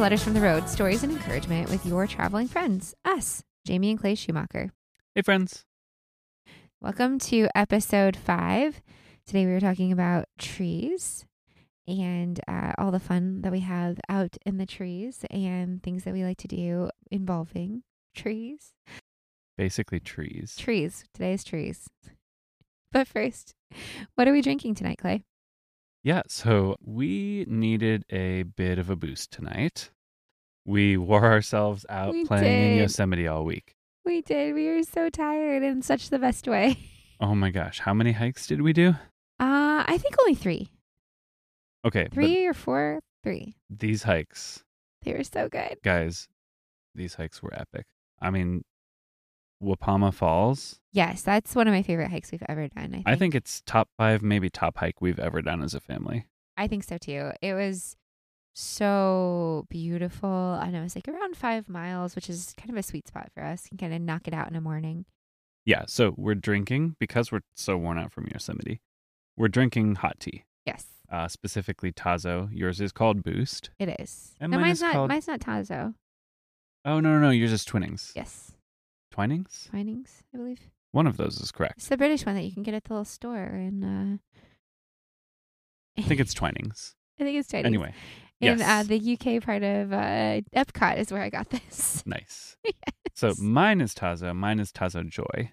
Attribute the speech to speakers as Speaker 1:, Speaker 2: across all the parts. Speaker 1: Letters from the Road stories and encouragement with your traveling friends, us, Jamie and Clay Schumacher.
Speaker 2: Hey, friends.
Speaker 1: Welcome to episode five. Today we were talking about trees and uh, all the fun that we have out in the trees and things that we like to do involving trees.
Speaker 2: Basically, trees.
Speaker 1: Trees. Today's trees. But first, what are we drinking tonight, Clay?
Speaker 2: Yeah, so we needed a bit of a boost tonight. We wore ourselves out
Speaker 1: We
Speaker 2: playing in
Speaker 1: did.
Speaker 2: Yosemite all week.
Speaker 1: We did. We were so tired in such the best way.
Speaker 2: Oh my gosh, how many hikes did we do?
Speaker 1: Uh, I think only three.
Speaker 2: Okay, but
Speaker 1: Three or four? Three.
Speaker 2: these hikes,
Speaker 1: They were so good.
Speaker 2: guys, these hikes were epic. I mean, Wapama Falls,
Speaker 1: Yes, that's one of my favorite hikes we've ever done. I think.
Speaker 2: I think it's top five, maybe top hike we've ever done as a family.
Speaker 1: I think so too. It was so beautiful. And it was like around five miles, which is kind of a sweet spot for us. You can kind of knock it out in the morning.
Speaker 2: Yeah, so we're drinking because we're so worn out from Yosemite. We're drinking hot tea,
Speaker 1: Yes,
Speaker 2: uh, specifically Tazo. Yours is called Boost.
Speaker 1: it is.
Speaker 2: And
Speaker 1: no,
Speaker 2: mine
Speaker 1: mine's
Speaker 2: is
Speaker 1: not
Speaker 2: called-
Speaker 1: mine's not Tazo.
Speaker 2: Oh no, no, no! Yours is Twinnings.
Speaker 1: Yes.
Speaker 2: Twinings.
Speaker 1: Twinings, I believe.
Speaker 2: One of those is correct.
Speaker 1: It's the British one that you can get at the little store and uh
Speaker 2: I think it's Twinings.
Speaker 1: I think it's Twinings.
Speaker 2: Anyway,
Speaker 1: In uh,
Speaker 2: yes.
Speaker 1: the UK part of uh, Epcot is where I got this.
Speaker 2: nice. So mine is Tazo. Mine is Tazo Joy,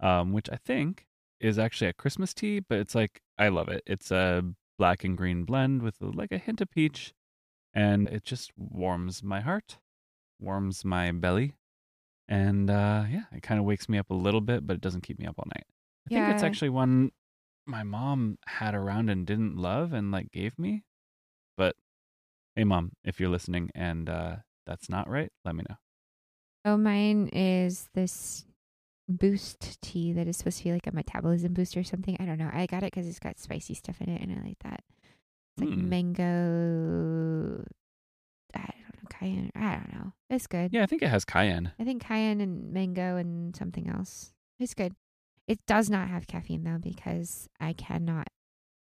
Speaker 2: um, which I think is actually a Christmas tea, but it's like I love it. It's a black and green blend with like a hint of peach, and it just warms my heart, warms my belly, and uh, yeah, it kind of wakes me up a little bit, but it doesn't keep me up all night. I think it's
Speaker 1: Yeah.
Speaker 2: actually one my mom had around and didn't love and like gave me. But hey, mom, if you're listening and uh, that's not right, let me know.
Speaker 1: Oh, mine is this boost tea that is supposed to be like a metabolism booster or something. I don't know. I got it because it's got spicy stuff in it, and I like that. It's like
Speaker 2: Hmm.
Speaker 1: mango. I don't know cayenne. I don't know. It's good.
Speaker 2: Yeah, I think it has cayenne.
Speaker 1: I think cayenne and mango and something else. It's good. It does not have caffeine though because I cannot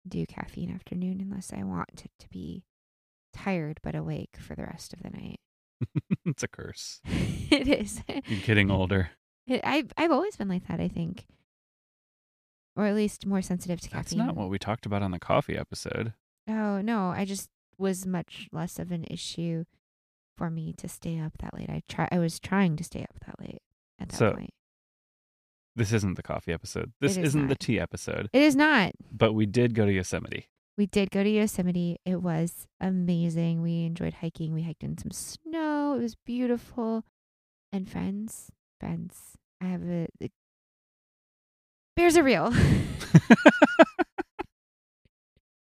Speaker 1: do caffeine afternoon unless I want to, to be tired but awake for the rest of the night.
Speaker 2: it's a curse.
Speaker 1: it is.
Speaker 2: You're getting
Speaker 1: Mm.
Speaker 2: older.
Speaker 1: It, I I've always been like that. I think, or at least more sensitive to
Speaker 2: That's
Speaker 1: caffeine.
Speaker 2: not what we talked about on the coffee episode.
Speaker 1: Oh no, I just was much less of an issue for me to stay up that late. I try. I was trying to stay up that late at that
Speaker 2: So-
Speaker 1: point.
Speaker 2: This isn't the coffee episode. This
Speaker 1: is
Speaker 2: is not the
Speaker 1: not.
Speaker 2: tea episode,
Speaker 1: It is not.
Speaker 2: but we did go to Yosemite.
Speaker 1: We did go to Yosemite. It was amazing. We enjoyed hiking. We hiked in some snow. It was beautiful. And friends, friends, I have a. a bears are real.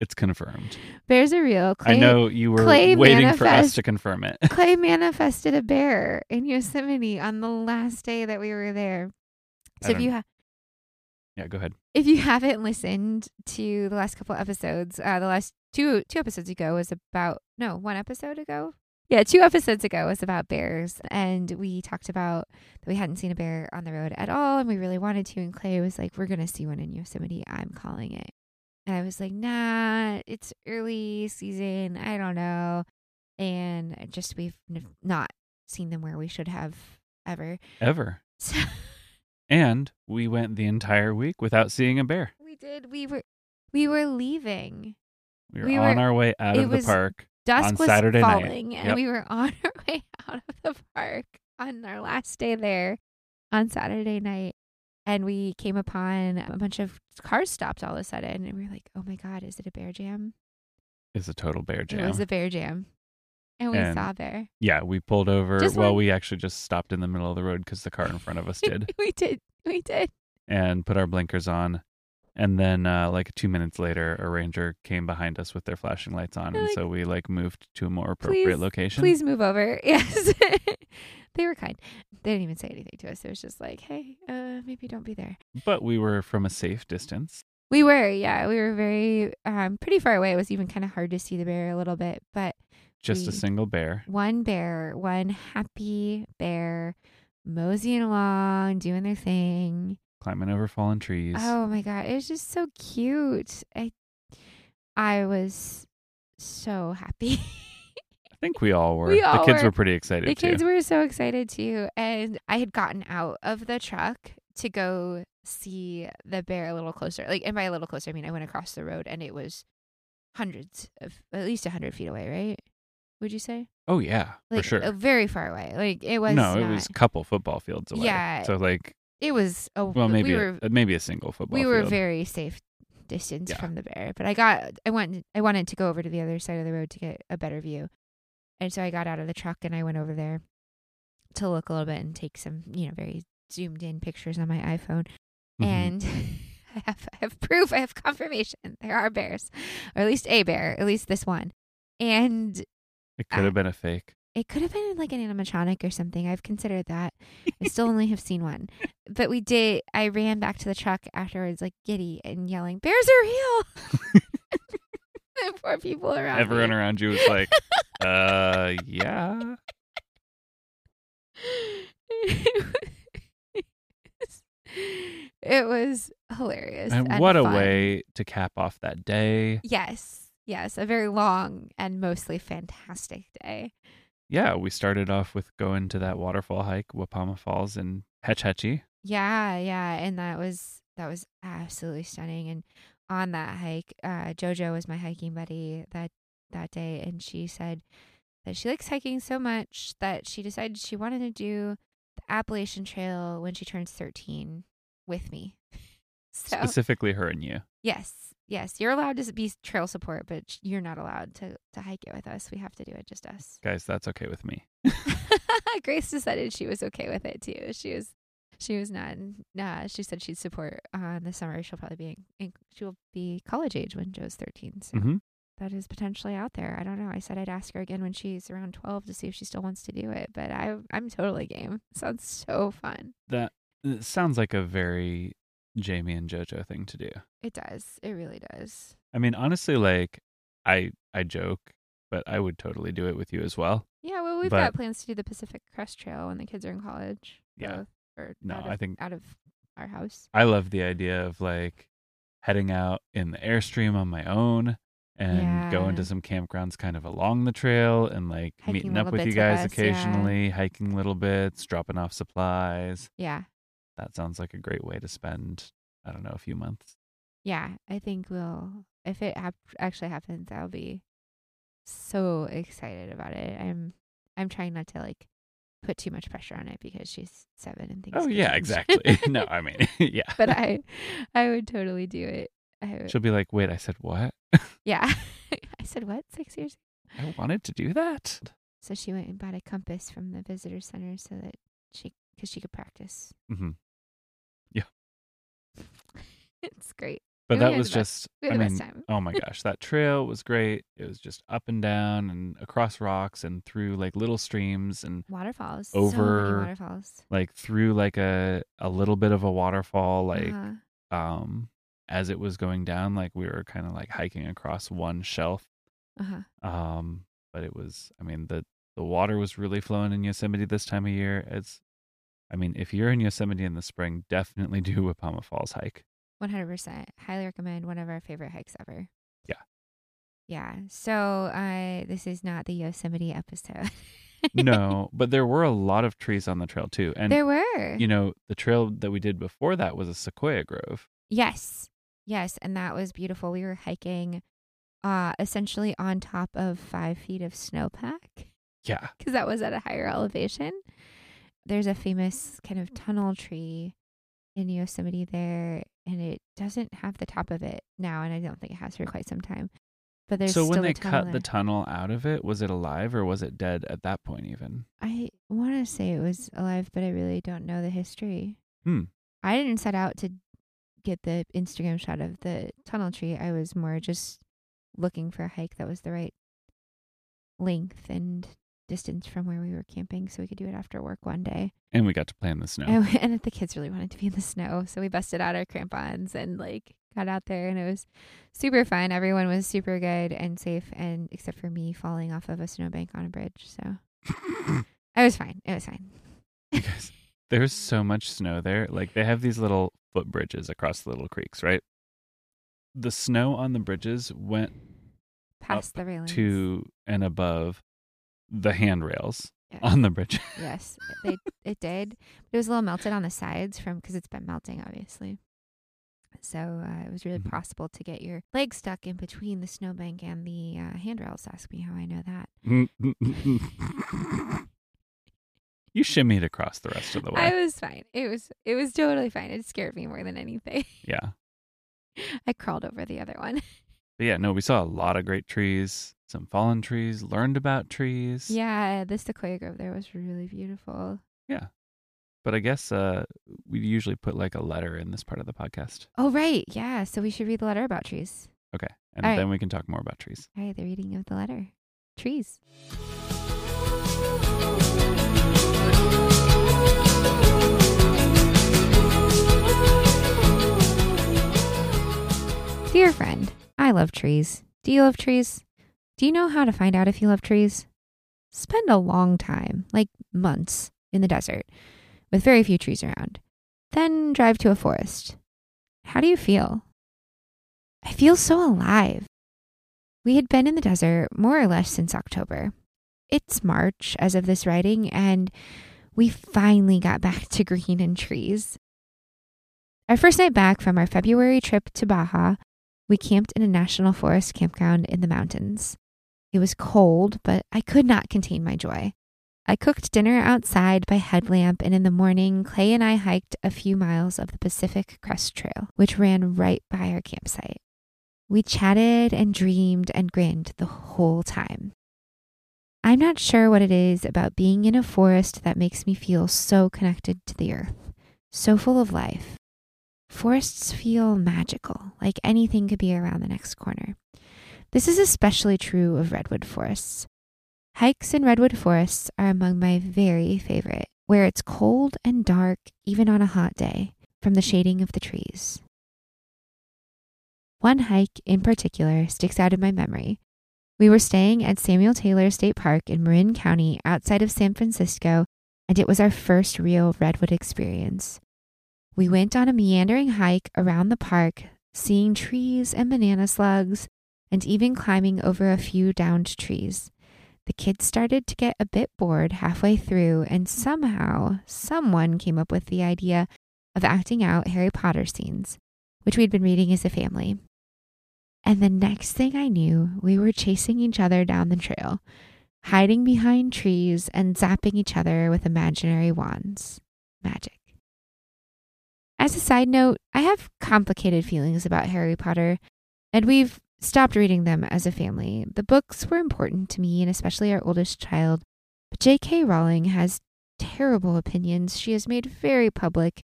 Speaker 2: It's confirmed.
Speaker 1: bears are real. Clay,
Speaker 2: I know you were
Speaker 1: Clay
Speaker 2: waiting for us
Speaker 1: manifest-
Speaker 2: to confirm it.
Speaker 1: Clay manifested a bear in Yosemite on the last day that we were there.
Speaker 2: I
Speaker 1: So if
Speaker 2: don't-
Speaker 1: you ha-
Speaker 2: yeah, go ahead.
Speaker 1: if you haven't listened to the last couple episodes, uh, the last two two episodes ago was about no one episode ago. Yeah, two episodes ago was about bears, and we talked about that we hadn't seen a bear on the road at all, and we really wanted to. And Clay was like, "We're gonna see one in Yosemite. I'm calling it." And I was like, "Nah, it's early season. I don't know." And I just we've n- not seen them where we should have ever.
Speaker 2: Ever.
Speaker 1: So
Speaker 2: And we went the entire week without seeing a bear.
Speaker 1: we did. We were we were leaving.
Speaker 2: We were,
Speaker 1: We
Speaker 2: on
Speaker 1: were-
Speaker 2: our way out
Speaker 1: it
Speaker 2: of the
Speaker 1: was-
Speaker 2: park.
Speaker 1: dusk
Speaker 2: on
Speaker 1: was
Speaker 2: Saturday night.
Speaker 1: falling and
Speaker 2: Yep.
Speaker 1: we were on our way out of the park on our last day there on Saturday night and we came upon a bunch of cars stopped all of a sudden and we were like, "Oh my god, is it a bear jam?"
Speaker 2: It's a total bear jam.
Speaker 1: It was a bear jam. And we
Speaker 2: And-
Speaker 1: saw a bear.
Speaker 2: yeah, we pulled over.
Speaker 1: Just
Speaker 2: well,
Speaker 1: one-
Speaker 2: we actually just stopped in the middle of the road because the car in front of us did
Speaker 1: we did. We did.
Speaker 2: and put our blinkers on. And then, uh, like two minutes later, a ranger came behind us with their flashing lights on.
Speaker 1: They're
Speaker 2: And
Speaker 1: like,
Speaker 2: so we like moved to a more appropriate
Speaker 1: "Please,
Speaker 2: location.
Speaker 1: Please move over. Yes. they were kind. They didn't even say anything to us. It was just like, "Hey, uh maybe don't be there."
Speaker 2: But we were from a safe distance.
Speaker 1: We were, yeah, we were very um pretty far away. It was even kind of hard to see the bear a little bit, but
Speaker 2: Just a
Speaker 1: We-
Speaker 2: single bear.
Speaker 1: one bear, one happy bear moseying along, doing their thing.
Speaker 2: climbing over fallen trees.
Speaker 1: Oh my god, it was just so cute. I I was so happy.
Speaker 2: think we all were.
Speaker 1: We all
Speaker 2: the kids
Speaker 1: were.
Speaker 2: were, pretty excited
Speaker 1: The
Speaker 2: too.
Speaker 1: kids were so excited too. And I had gotten out of the truck to go see the bear a little closer. Like, and by a little closer, I mean I went across the road and it was hundreds of, at least 100 feet away, right? Would you say?
Speaker 2: oh yeah,
Speaker 1: Like,
Speaker 2: for sure.
Speaker 1: uh, very far away. Like, it was.
Speaker 2: no, it
Speaker 1: not-
Speaker 2: was a couple football fields away.
Speaker 1: Yeah.
Speaker 2: So like,
Speaker 1: It was a,
Speaker 2: well, maybe
Speaker 1: we
Speaker 2: a-
Speaker 1: were
Speaker 2: uh, maybe a single football.
Speaker 1: we were
Speaker 2: field.
Speaker 1: very safe distance
Speaker 2: Yeah.
Speaker 1: from the bear but i got i went i wanted to go over to the other side of the road to get a better view and so i got out of the truck and i went over there to look a little bit and take some you know very zoomed in pictures on my iphone
Speaker 2: Mhm.
Speaker 1: and I have, I have proof, I have confirmation. There are bears, or at least a bear, at least this one. And
Speaker 2: it could have been a fake.
Speaker 1: it could have been like an animatronic or something. I've considered that. I still only have seen one, but we did. I ran back to the truck afterwards, like giddy and yelling, "Bears are real!" and poor people around.
Speaker 2: Everyone
Speaker 1: me.
Speaker 2: around you was like, uh, yeah.
Speaker 1: it was hilarious.
Speaker 2: And, what a
Speaker 1: fun.
Speaker 2: way to cap off that day.
Speaker 1: Yes. Yes. A very long and mostly fantastic day.
Speaker 2: Yeah, we started off with going to that waterfall hike, Wapama Falls and Hetch Hetchy.
Speaker 1: Yeah, yeah, and that was that was absolutely stunning. And on that hike, uh, Jojo was my hiking buddy that that day, and she said that she likes hiking so much that she decided she wanted to do the Appalachian Trail when she turns thirteen with me. So
Speaker 2: Specifically her and you.
Speaker 1: yes, yes, you're allowed to be trail support, but sh- you're not allowed to to hike it with us. We have to do it just us.
Speaker 2: Guys, that's okay with me.
Speaker 1: Grace decided she was okay with it too. She was, she was not. Nah, she said she'd support on the summer. She'll probably be, in, she will be college age when Joe's thirteen. So
Speaker 2: Mhm.
Speaker 1: that is potentially out there. I don't know. I said I'd ask her again when she's around twelve to see if she still wants to do it. But I, I'm totally game. Sounds so fun.
Speaker 2: That it sounds like a very Jamie and JoJo thing to do.
Speaker 1: It does. It really does.
Speaker 2: I mean, honestly, like I I joke, but I would totally do it with you as well.
Speaker 1: Yeah. Well, we've
Speaker 2: But-
Speaker 1: got plans to do the Pacific Crest Trail when the kids are in college.
Speaker 2: Yeah.
Speaker 1: both, Or
Speaker 2: No,
Speaker 1: out of,
Speaker 2: I think-
Speaker 1: out of our house.
Speaker 2: I love the idea of like heading out in the airstream on my own and going
Speaker 1: Yeah.
Speaker 2: to some campgrounds kind of along the trail and like
Speaker 1: Hiking
Speaker 2: meeting up
Speaker 1: little
Speaker 2: with you
Speaker 1: bits with
Speaker 2: guys
Speaker 1: us, yeah.
Speaker 2: occasionally, hiking little bits, dropping off supplies.
Speaker 1: Yeah.
Speaker 2: That sounds like a great way to spend, I don't know, a few months.
Speaker 1: Yeah, I think we'll. If it hap- actually happens, I'll be so excited about it. I'm I'm trying not to like put too much pressure on it because she's seven and things.
Speaker 2: Oh
Speaker 1: could
Speaker 2: yeah,
Speaker 1: change.
Speaker 2: exactly. no, I mean, yeah.
Speaker 1: but I I would totally do it. I would,
Speaker 2: She'll be like, "Wait, I said what?
Speaker 1: yeah. I said what six years.
Speaker 2: I wanted to do that."
Speaker 1: So she went and bought a compass from the visitor center so that she because she could practice.
Speaker 2: Mhm. Yeah.
Speaker 1: it's great.
Speaker 2: But
Speaker 1: We
Speaker 2: that
Speaker 1: had
Speaker 2: was
Speaker 1: the best-
Speaker 2: just
Speaker 1: We had
Speaker 2: I
Speaker 1: the
Speaker 2: mean,
Speaker 1: best time.
Speaker 2: oh my gosh, that trail was great. It was just up and down and across rocks and through like little streams and
Speaker 1: Waterfalls. so many
Speaker 2: over-
Speaker 1: waterfalls.
Speaker 2: like through like a a little bit of a waterfall like
Speaker 1: Uh-huh.
Speaker 2: um as it was going down like we were kind of like hiking across one shelf
Speaker 1: uh-huh.
Speaker 2: um but it was I mean the the water was really flowing in Yosemite this time of year. It's I mean if you're in Yosemite in the spring, definitely do Wapama Falls hike.
Speaker 1: One hundred percent. Highly recommend. One of our favorite hikes ever.
Speaker 2: Yeah.
Speaker 1: Yeah. So uh, this is not the Yosemite episode.
Speaker 2: No, but there were a lot of trees on the trail too. And
Speaker 1: there were.
Speaker 2: you know, the trail that we did before that was a sequoia grove.
Speaker 1: yes. Yes, and that was beautiful. We were hiking, uh, essentially on top of five feet of snowpack
Speaker 2: Yeah.
Speaker 1: because that was at a higher elevation. There's a famous kind of tunnel tree in Yosemite there, and it doesn't have the top of it now, and I don't think it has for quite some time. But there's
Speaker 2: so when
Speaker 1: still a
Speaker 2: they
Speaker 1: tunnel
Speaker 2: cut the
Speaker 1: there.
Speaker 2: tunnel out of it, was it alive or was it dead at that point even?
Speaker 1: I want to say it was alive, but I really don't know the history.
Speaker 2: Hmm.
Speaker 1: I didn't set out to get the Instagram shot of the tunnel tree. I was more just looking for a hike that was the right length and distance from where we were camping so we could do it after work one day.
Speaker 2: And we got to play in the snow.
Speaker 1: And, and the kids really wanted to be in the snow, so we busted out our crampons and like got out there and it was super fun. Everyone was super good and safe and except for me falling off of a snowbank on a bridge. So I was fine. It was fine.
Speaker 2: You guys, there's so much snow there. Like they have these little footbridges across the little creeks, right? The snow on the bridges went
Speaker 1: past the railings.
Speaker 2: to and above the handrails
Speaker 1: Yeah.
Speaker 2: on the bridge.
Speaker 1: yes, they, it did. But it was a little melted on the sides from because it's been melting, obviously. So uh, it was really
Speaker 2: Mhm.
Speaker 1: possible to get your leg stuck in between the snowbank and the uh, handrails. Ask me how I know that.
Speaker 2: you shimmied across the rest of the way.
Speaker 1: I was fine. It was it was totally fine. It scared me more than anything.
Speaker 2: yeah.
Speaker 1: I crawled over the other one.
Speaker 2: But yeah, no, we saw a lot of great trees, some fallen trees, learned about trees.
Speaker 1: Yeah, the sequoia grove there was really beautiful.
Speaker 2: But I guess uh, we usually put like a letter in this part of the podcast.
Speaker 1: Oh right, yeah. So we should read the letter about trees.
Speaker 2: Okay. And
Speaker 1: All right.
Speaker 2: then we can talk more about trees.
Speaker 1: All right, the reading of the letter. Trees. Dear friend, I love trees. Do you love trees? Do you know how to find out if you love trees? Spend a long time, like months, in the desert with very few trees around. Then drive to a forest. How do you feel? I feel so alive. We had been in the desert more or less since October. It's March as of this writing, and we finally got back to green and trees. Our first night back from our February trip to Baja, we camped in a national forest campground in the mountains. It was cold, but I could not contain my joy. I cooked dinner outside by headlamp, and in the morning, Clay and I hiked a few miles of the Pacific Crest Trail, which ran right by our campsite. We chatted and dreamed and grinned the whole time. I'm not sure what it is about being in a forest that makes me feel so connected to the earth, so full of life. Forests feel magical, like anything could be around the next corner. This is especially true of redwood forests. Hikes in redwood forests are among my very favorite, where it's cold and dark, even on a hot day, from the shading of the trees. One hike in particular sticks out in my memory. We were staying at Samuel Taylor State Park in Marin County outside of San Francisco, and it was our first real redwood experience. We went on a meandering hike around the park, seeing trees and banana slugs, and even climbing over a few downed trees. The kids started to get a bit bored halfway through, and somehow someone came up with the idea of acting out Harry Potter scenes, which we'd been reading as a family. And the next thing I knew, we were chasing each other down the trail, hiding behind trees and zapping each other with imaginary wands. Magic. As a side note, I have complicated feelings about Harry Potter, and we've stopped reading them as a family. The books were important to me and especially our oldest child, but J.K. Rowling has terrible opinions she has made very public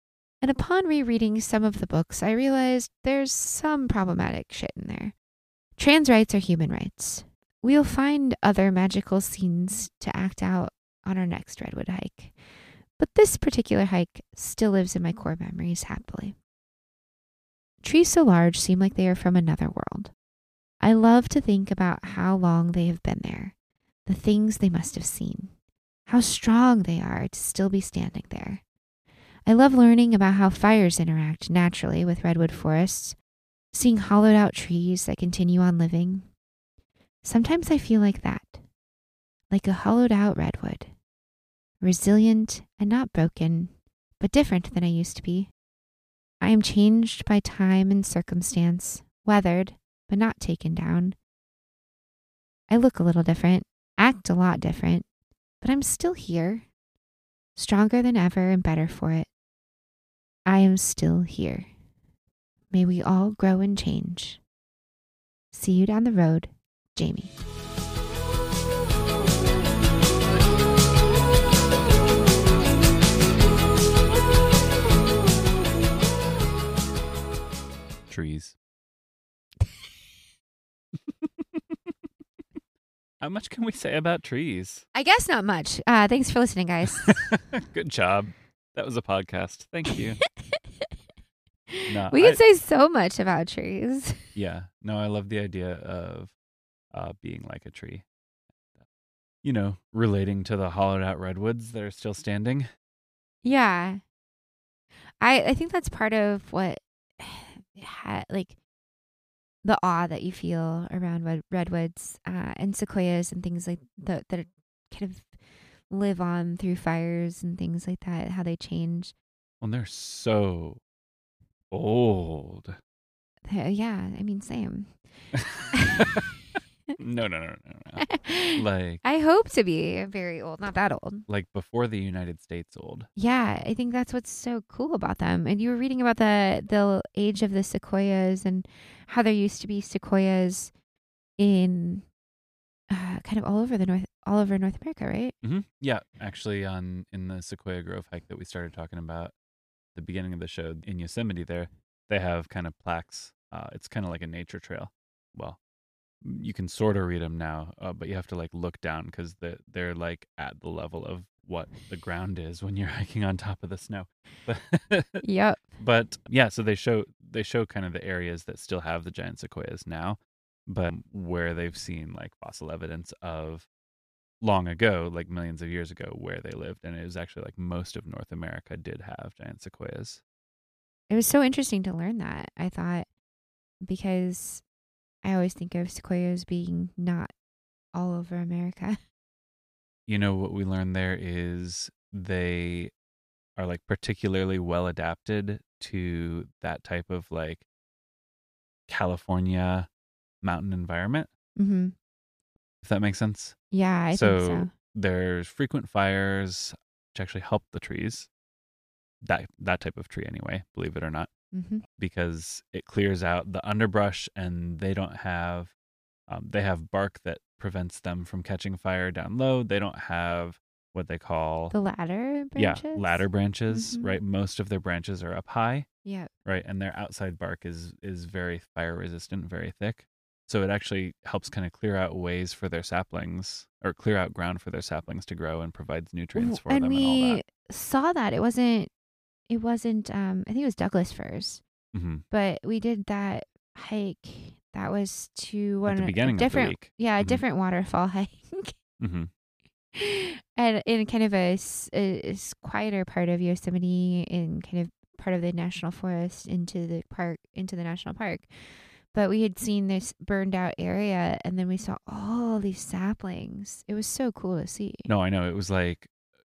Speaker 1: and upon rereading some of the books, I realized there's some problematic shit in there. Trans rights are human rights. We'll find other magical scenes to act out on our next Redwood hike. But this particular hike still lives in my core memories happily. Trees so large seem like they are from another world. I love to think about how long they have been there, the things they must have seen, how strong they are to still be standing there. I love learning about how fires interact naturally with redwood forests, seeing hollowed out trees that continue on living. Sometimes I feel like that, like a hollowed out redwood, resilient and not broken, but different than I used to be. I am changed by time and circumstance, weathered, but not taken down. I look a little different, act a lot different, but I'm still here, stronger than ever and better for it. I am still here. May we all grow and change. See you down the road, Jamie.
Speaker 2: Trees. How much can we say about trees?
Speaker 1: I guess not much. Uh, thanks for listening, guys.
Speaker 2: Good job. That was a podcast. Thank you. No,
Speaker 1: we could
Speaker 2: I-
Speaker 1: say so much about trees.
Speaker 2: Yeah. No, I love the idea of uh, being like a tree. You know, relating to the hollowed out redwoods that are still standing.
Speaker 1: Yeah. I I think that's part of what ha- like the awe that you feel around red- redwoods uh, and sequoias and things like the, that kind of live on through fires and things like that, how they change.
Speaker 2: and they're so old.
Speaker 1: Uh, yeah, I mean, same.
Speaker 2: no, no, no, no, no. Like,
Speaker 1: I hope to be very old, not that old.
Speaker 2: like before the United States old.
Speaker 1: Yeah, I think that's what's so cool about them. And you were reading about the the age of the sequoias and how there used to be sequoias in uh, kind of all over the north, all over North America, right?
Speaker 2: hmm Yeah, actually, on in the Sequoia Grove hike that we started talking about at the beginning of the show in Yosemite, there they have kind of plaques. Uh, it's kind of like a nature trail. Well, you can sort of read them now, uh, but you have to like look down because they're, they're like at the level of what the ground is when you're hiking on top of the snow. But
Speaker 1: Yep.
Speaker 2: but yeah so they show they show kind of the areas that still have the giant sequoias now but where they've seen like fossil evidence of long ago like millions of years ago where they lived and it was actually like most of north america did have giant sequoias
Speaker 1: It was so interesting to learn that. I thought because I always think of sequoias being not all over America.
Speaker 2: you know what we learned there is they are like particularly well adapted to that type of like california mountain environment
Speaker 1: Mm-hmm.
Speaker 2: if that makes sense
Speaker 1: Yeah, I
Speaker 2: so,
Speaker 1: think so.
Speaker 2: there's frequent fires, which actually help the trees. That that type of tree, anyway, believe it or not,
Speaker 1: Mm-hmm.
Speaker 2: because it clears out the underbrush, and they don't have um, they have bark that prevents them from catching fire down low. They don't have what they call
Speaker 1: The ladder branches.
Speaker 2: yeah ladder branches,
Speaker 1: Mhm.
Speaker 2: right? Most of their branches are up high,
Speaker 1: Yeah.
Speaker 2: right and their outside bark is is very fire resistant very thick so it actually helps kind of clear out ways for their saplings or clear out ground for their saplings to grow and provides nutrients
Speaker 1: Ooh,
Speaker 2: for them
Speaker 1: we
Speaker 2: and all that
Speaker 1: saw that it wasn't it wasn't um i think it was douglas firs
Speaker 2: hmm
Speaker 1: but we did that hike that was to one
Speaker 2: at the
Speaker 1: a
Speaker 2: beginning of the
Speaker 1: different
Speaker 2: week
Speaker 1: yeah a
Speaker 2: Mhm.
Speaker 1: different waterfall hike
Speaker 2: hmm
Speaker 1: and in kind of a, s- a- a s- quieter part of yosemite in kind of part of the national forest into the park into the national park but we had seen this burned out area and then we saw all these saplings it was so cool to see
Speaker 2: no i know it was like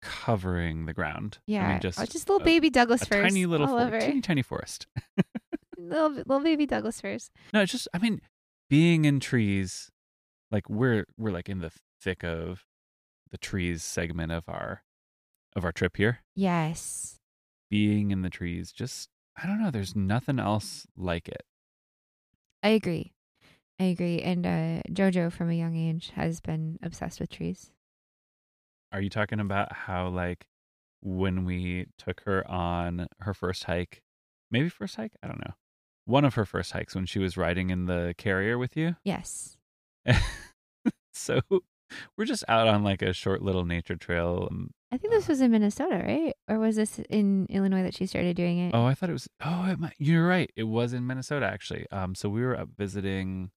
Speaker 2: covering the ground
Speaker 1: yeah
Speaker 2: I mean, just
Speaker 1: oh, just little
Speaker 2: a-
Speaker 1: baby douglas
Speaker 2: a
Speaker 1: firs
Speaker 2: tiny little
Speaker 1: all
Speaker 2: for-
Speaker 1: over
Speaker 2: teeny tiny forest
Speaker 1: little little baby Douglas firs.
Speaker 2: no it's just i mean being in trees like we're we're like in the thick of the trees segment of our of our trip here
Speaker 1: Yes,
Speaker 2: being in the trees just i don't know there's nothing else like it
Speaker 1: I agree. I agree. And uh, Jojo, from a young age, has been obsessed with trees.
Speaker 2: are you talking about how like when we took her on her first hike maybe first hike i don't know one of her first hikes when she was riding in the carrier with you
Speaker 1: Yes,
Speaker 2: so we're just out on like a short little nature trail um,
Speaker 1: I think this was in Minnesota, right? Or was this in Illinois that she started doing it?
Speaker 2: oh i thought it was oh it might, you're right it was in minnesota actually um so we were up visiting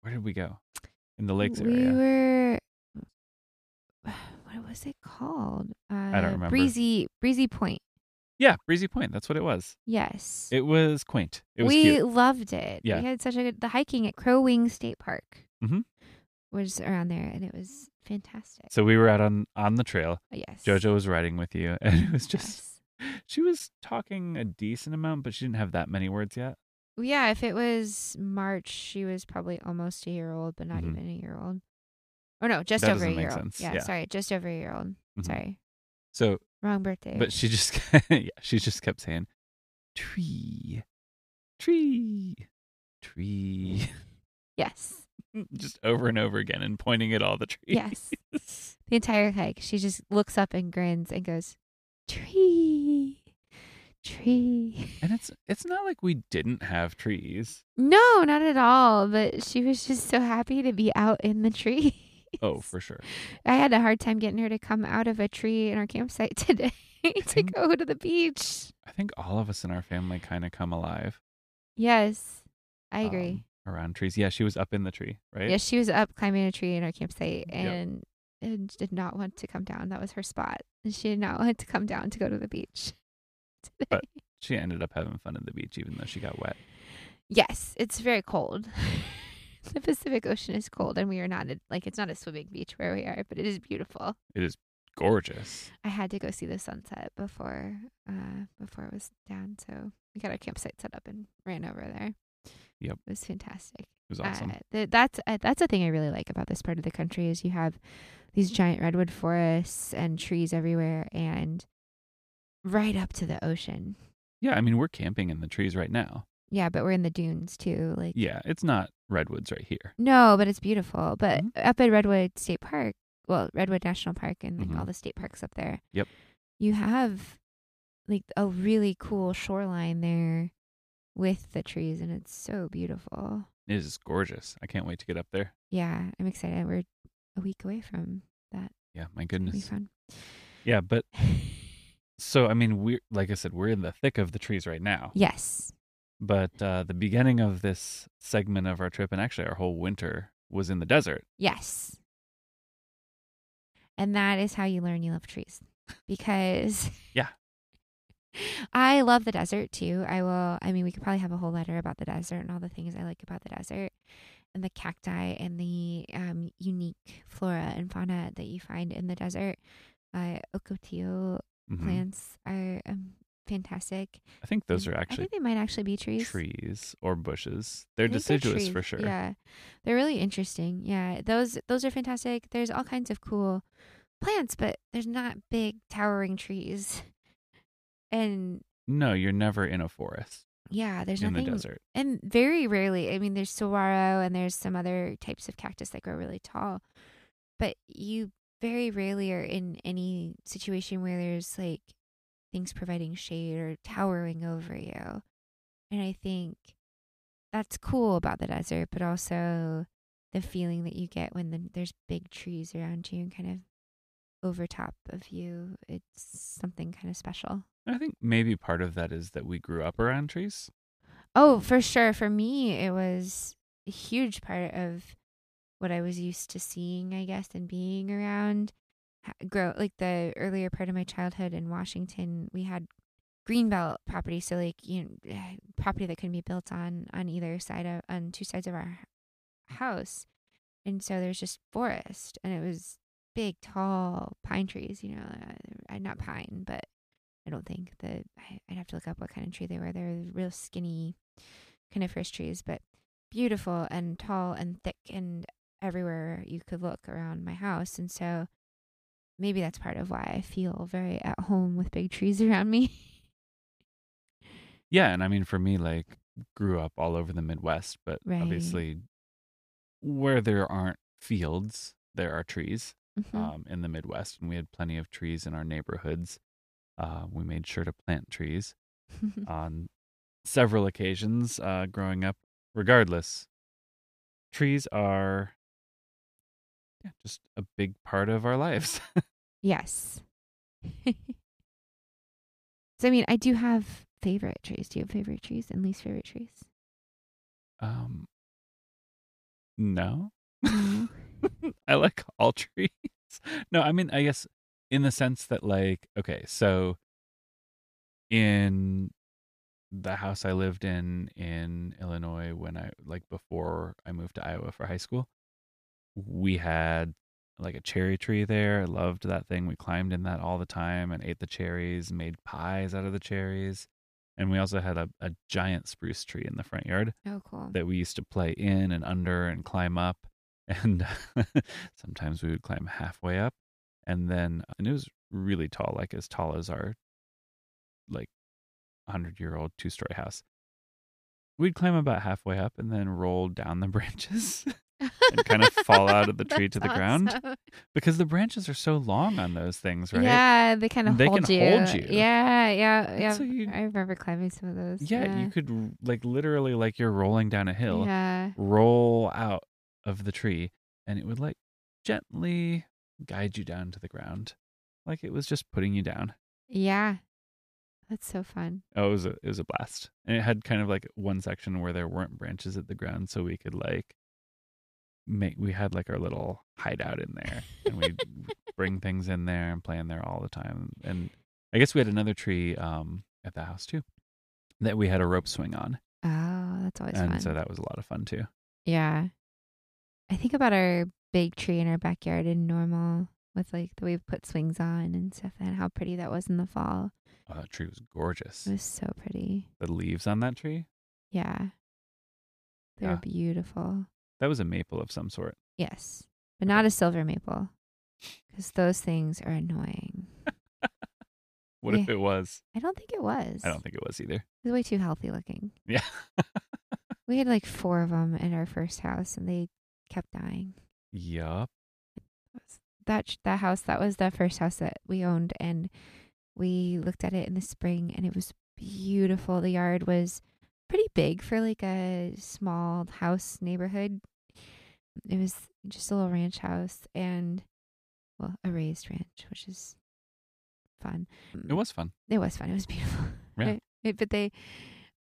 Speaker 2: where did we go in the lakes
Speaker 1: we
Speaker 2: area
Speaker 1: were. What was it called? Uh, I
Speaker 2: don't remember.
Speaker 1: Breezy Breezy Point.
Speaker 2: yeah breezy point that's what it was
Speaker 1: Yes,
Speaker 2: It was quaint. It was
Speaker 1: we
Speaker 2: cute.
Speaker 1: loved it.
Speaker 2: Yeah.
Speaker 1: We had such a good the hiking at Crow Wing State Park
Speaker 2: Mhm.
Speaker 1: was around there, and it was fantastic.
Speaker 2: So we were out on on the trail.
Speaker 1: yes,
Speaker 2: Jojo was riding with you, and it was just
Speaker 1: Yes.
Speaker 2: she was talking a decent amount, but she didn't have that many words yet.
Speaker 1: Well, Yeah, if it was March, she was probably almost a year old, but not
Speaker 2: Mhm.
Speaker 1: even a year old. Or no, just
Speaker 2: That
Speaker 1: over a
Speaker 2: doesn't make
Speaker 1: year old.
Speaker 2: sense,
Speaker 1: Yeah,
Speaker 2: yeah.
Speaker 1: sorry, just over a year old.
Speaker 2: Mhm.
Speaker 1: Sorry,
Speaker 2: So,
Speaker 1: wrong birthday.
Speaker 2: but she just yeah, she just kept saying tree, tree, tree,
Speaker 1: yes,
Speaker 2: just over and over again, and pointing at all the trees.
Speaker 1: yes. the entire hike, she just looks up and grins and goes, "Tree, tree."
Speaker 2: And it's it's not like we didn't have trees.
Speaker 1: No, not at all. But she was just so happy to be out in the tree.
Speaker 2: Oh, for sure.
Speaker 1: I had a hard time getting her to come out of a tree in our campsite today to
Speaker 2: think-
Speaker 1: go to the beach.
Speaker 2: I think all of us in our family kind of come alive.
Speaker 1: Yes, I
Speaker 2: um,
Speaker 1: agree.
Speaker 2: around trees. Yeah, she was up in the tree, right? Mm,
Speaker 1: yeah, she was up climbing a tree in our campsite
Speaker 2: Yep.
Speaker 1: and, and did not want to come down. That was her spot. And she did not want to come down to go to the beach. today.
Speaker 2: But- she ended up having fun at the beach, even though she got wet.
Speaker 1: yes, it's very cold. the Pacific Ocean is cold, and we are not at, like it's not a swimming beach where we are, but it is beautiful.
Speaker 2: It is gorgeous.
Speaker 1: I had to go see the sunset before uh before it was down, so we got our campsite set up and ran over there.
Speaker 2: Yep.
Speaker 1: it was fantastic.
Speaker 2: It was awesome.
Speaker 1: Uh, th- that's uh, that's a thing I really like about this part of the country is you have these giant redwood forests and trees everywhere, and right up to the ocean.
Speaker 2: yeah, I mean, we're camping in the trees right now.
Speaker 1: Yeah, but we're in the dunes too. Like
Speaker 2: Yeah, it's not redwoods right here.
Speaker 1: no, but it's beautiful. But
Speaker 2: Mhm.
Speaker 1: up at Redwood State Park, well, Redwood National Park, and like
Speaker 2: Mhm.
Speaker 1: all the state parks up there.
Speaker 2: Yep.
Speaker 1: You have like a really cool shoreline there with the trees, and it's so beautiful.
Speaker 2: It is gorgeous. I can't wait to get up there.
Speaker 1: Yeah, I'm excited. We're a week away from that.
Speaker 2: Yeah,
Speaker 1: It'll
Speaker 2: my
Speaker 1: be
Speaker 2: goodness.
Speaker 1: fun.
Speaker 2: Yeah, but so I mean, we're like I said, we're in the thick of the trees right now.
Speaker 1: Yes.
Speaker 2: But uh, the beginning of this segment of our trip, and actually our whole winter, was in the desert.
Speaker 1: Yes. And that is how you learn you love trees. Because
Speaker 2: Yeah.
Speaker 1: I love the desert too. I will I mean we could probably have a whole letter about the desert and all the things I like about the desert and the cacti and the um unique flora and fauna that you find in the desert. Uh Okotio
Speaker 2: Mhm.
Speaker 1: plants are um, fantastic.
Speaker 2: I think those
Speaker 1: And
Speaker 2: are
Speaker 1: I
Speaker 2: actually
Speaker 1: think they might actually be trees.
Speaker 2: trees or bushes. They're
Speaker 1: I think they're
Speaker 2: deciduous for
Speaker 1: trees.
Speaker 2: sure.
Speaker 1: Yeah, they're really interesting. Yeah, those those are fantastic. There's all kinds of cool plants, but there's not big towering trees. And
Speaker 2: No, you're never in a forest
Speaker 1: yeah, there's
Speaker 2: in the
Speaker 1: nothing.
Speaker 2: desert.
Speaker 1: And very rarely, I mean, there's saguaro and there's some other types of cactus that grow really tall, but you very rarely are in any situation where there's like things providing shade or towering over you. And I think that's cool about the desert, but also the feeling that you get when the, there's big trees around you and kind of over top of you. It's something kind of special.
Speaker 2: And I think maybe part of that is that we grew up around trees.
Speaker 1: Oh, for sure. For me, it was a huge part of what I was used to seeing, I guess, and being around. Ha- Grow like the earlier part of my childhood in Washington, we had greenbelt property, so like you know, eh, property that couldn't be built on on either side of on two sides of our h- house, and so there's just forest, and it was big, tall pine trees. You know, uh, not pine, but I don't think that I- I'd have to look up what kind of tree they were. They were real skinny coniferous trees, but beautiful and tall and thick and everywhere you could look around my house. And so maybe that's part of why I feel very at home with big trees around me.
Speaker 2: Yeah, and I mean for me, like grew up all over the Midwest, but
Speaker 1: Right.
Speaker 2: obviously where there aren't fields, there are trees
Speaker 1: Mhm.
Speaker 2: um, in the Midwest, and we had plenty of trees in our neighborhoods. Uh, we made sure to plant trees on several occasions uh, growing up. Regardless, trees are yeah, just a big part of our lives.
Speaker 1: yes. so, I mean, I do have favorite trees. Do you have favorite trees and least favorite trees?
Speaker 2: um, no,
Speaker 1: No.
Speaker 2: I like all trees. No, I mean, I guess in the sense that, like, okay, so in the house I lived in in Illinois when I, like, before I moved to Iowa for high school, we had like a cherry tree there. I loved that thing. We climbed in that all the time and ate the cherries, made pies out of the cherries. And we also had a, a giant spruce tree in the front yard
Speaker 1: oh, cool.
Speaker 2: that we used to play in and under and climb up. And sometimes we would climb halfway up. And then, and it was really tall, like as tall as our like 100 year old two story house. We'd climb about halfway up and then roll down the branches and kind of fall out of the tree to the
Speaker 1: That's
Speaker 2: ground
Speaker 1: awesome.
Speaker 2: because the branches are so long on those things, right?
Speaker 1: Yeah, they kind of
Speaker 2: They
Speaker 1: hold
Speaker 2: can
Speaker 1: you.
Speaker 2: hold you.
Speaker 1: Yeah, yeah,
Speaker 2: And
Speaker 1: yeah.
Speaker 2: so you-
Speaker 1: I remember climbing some of those.
Speaker 2: Yeah, you could like literally like you're rolling down a hill.
Speaker 1: Yeah.
Speaker 2: roll out of the tree and it would like gently guide you down to the ground like it was just putting you down
Speaker 1: Yeah. That's so fun.
Speaker 2: oh it was a, it was a blast and it had kind of like one section where there weren't branches at the ground so we could like make we had like our little hideout in there and we'd bring things in there and play in there all the time and i guess we had another tree um at the house too that we had a rope swing on
Speaker 1: Oh, that's always
Speaker 2: and
Speaker 1: fun.
Speaker 2: so that was a lot of fun too
Speaker 1: yeah. I think about our big tree in our backyard in Normal with like the way we put swings on and stuff and how pretty that was in the fall.
Speaker 2: Oh, that tree was gorgeous.
Speaker 1: It was so pretty.
Speaker 2: The leaves on that tree,
Speaker 1: Yeah. They were
Speaker 2: Yeah.
Speaker 1: beautiful.
Speaker 2: that was a maple of some sort.
Speaker 1: Yes. But not a silver maple because those things are annoying.
Speaker 2: What if
Speaker 1: Yeah.
Speaker 2: it was?
Speaker 1: I don't think it was.
Speaker 2: I don't think it was either.
Speaker 1: It was way too healthy looking.
Speaker 2: Yeah.
Speaker 1: We had like four of them in our first house and they kept dying.
Speaker 2: yup.
Speaker 1: That sh- that house that was the first house that we owned and we looked at it in the spring and it was beautiful. The yard was pretty big for like a small house neighborhood. It was just a little ranch house and well, a raised ranch, which is fun.
Speaker 2: It was fun.
Speaker 1: it was fun. It was beautiful.
Speaker 2: Yeah.
Speaker 1: Right? But they,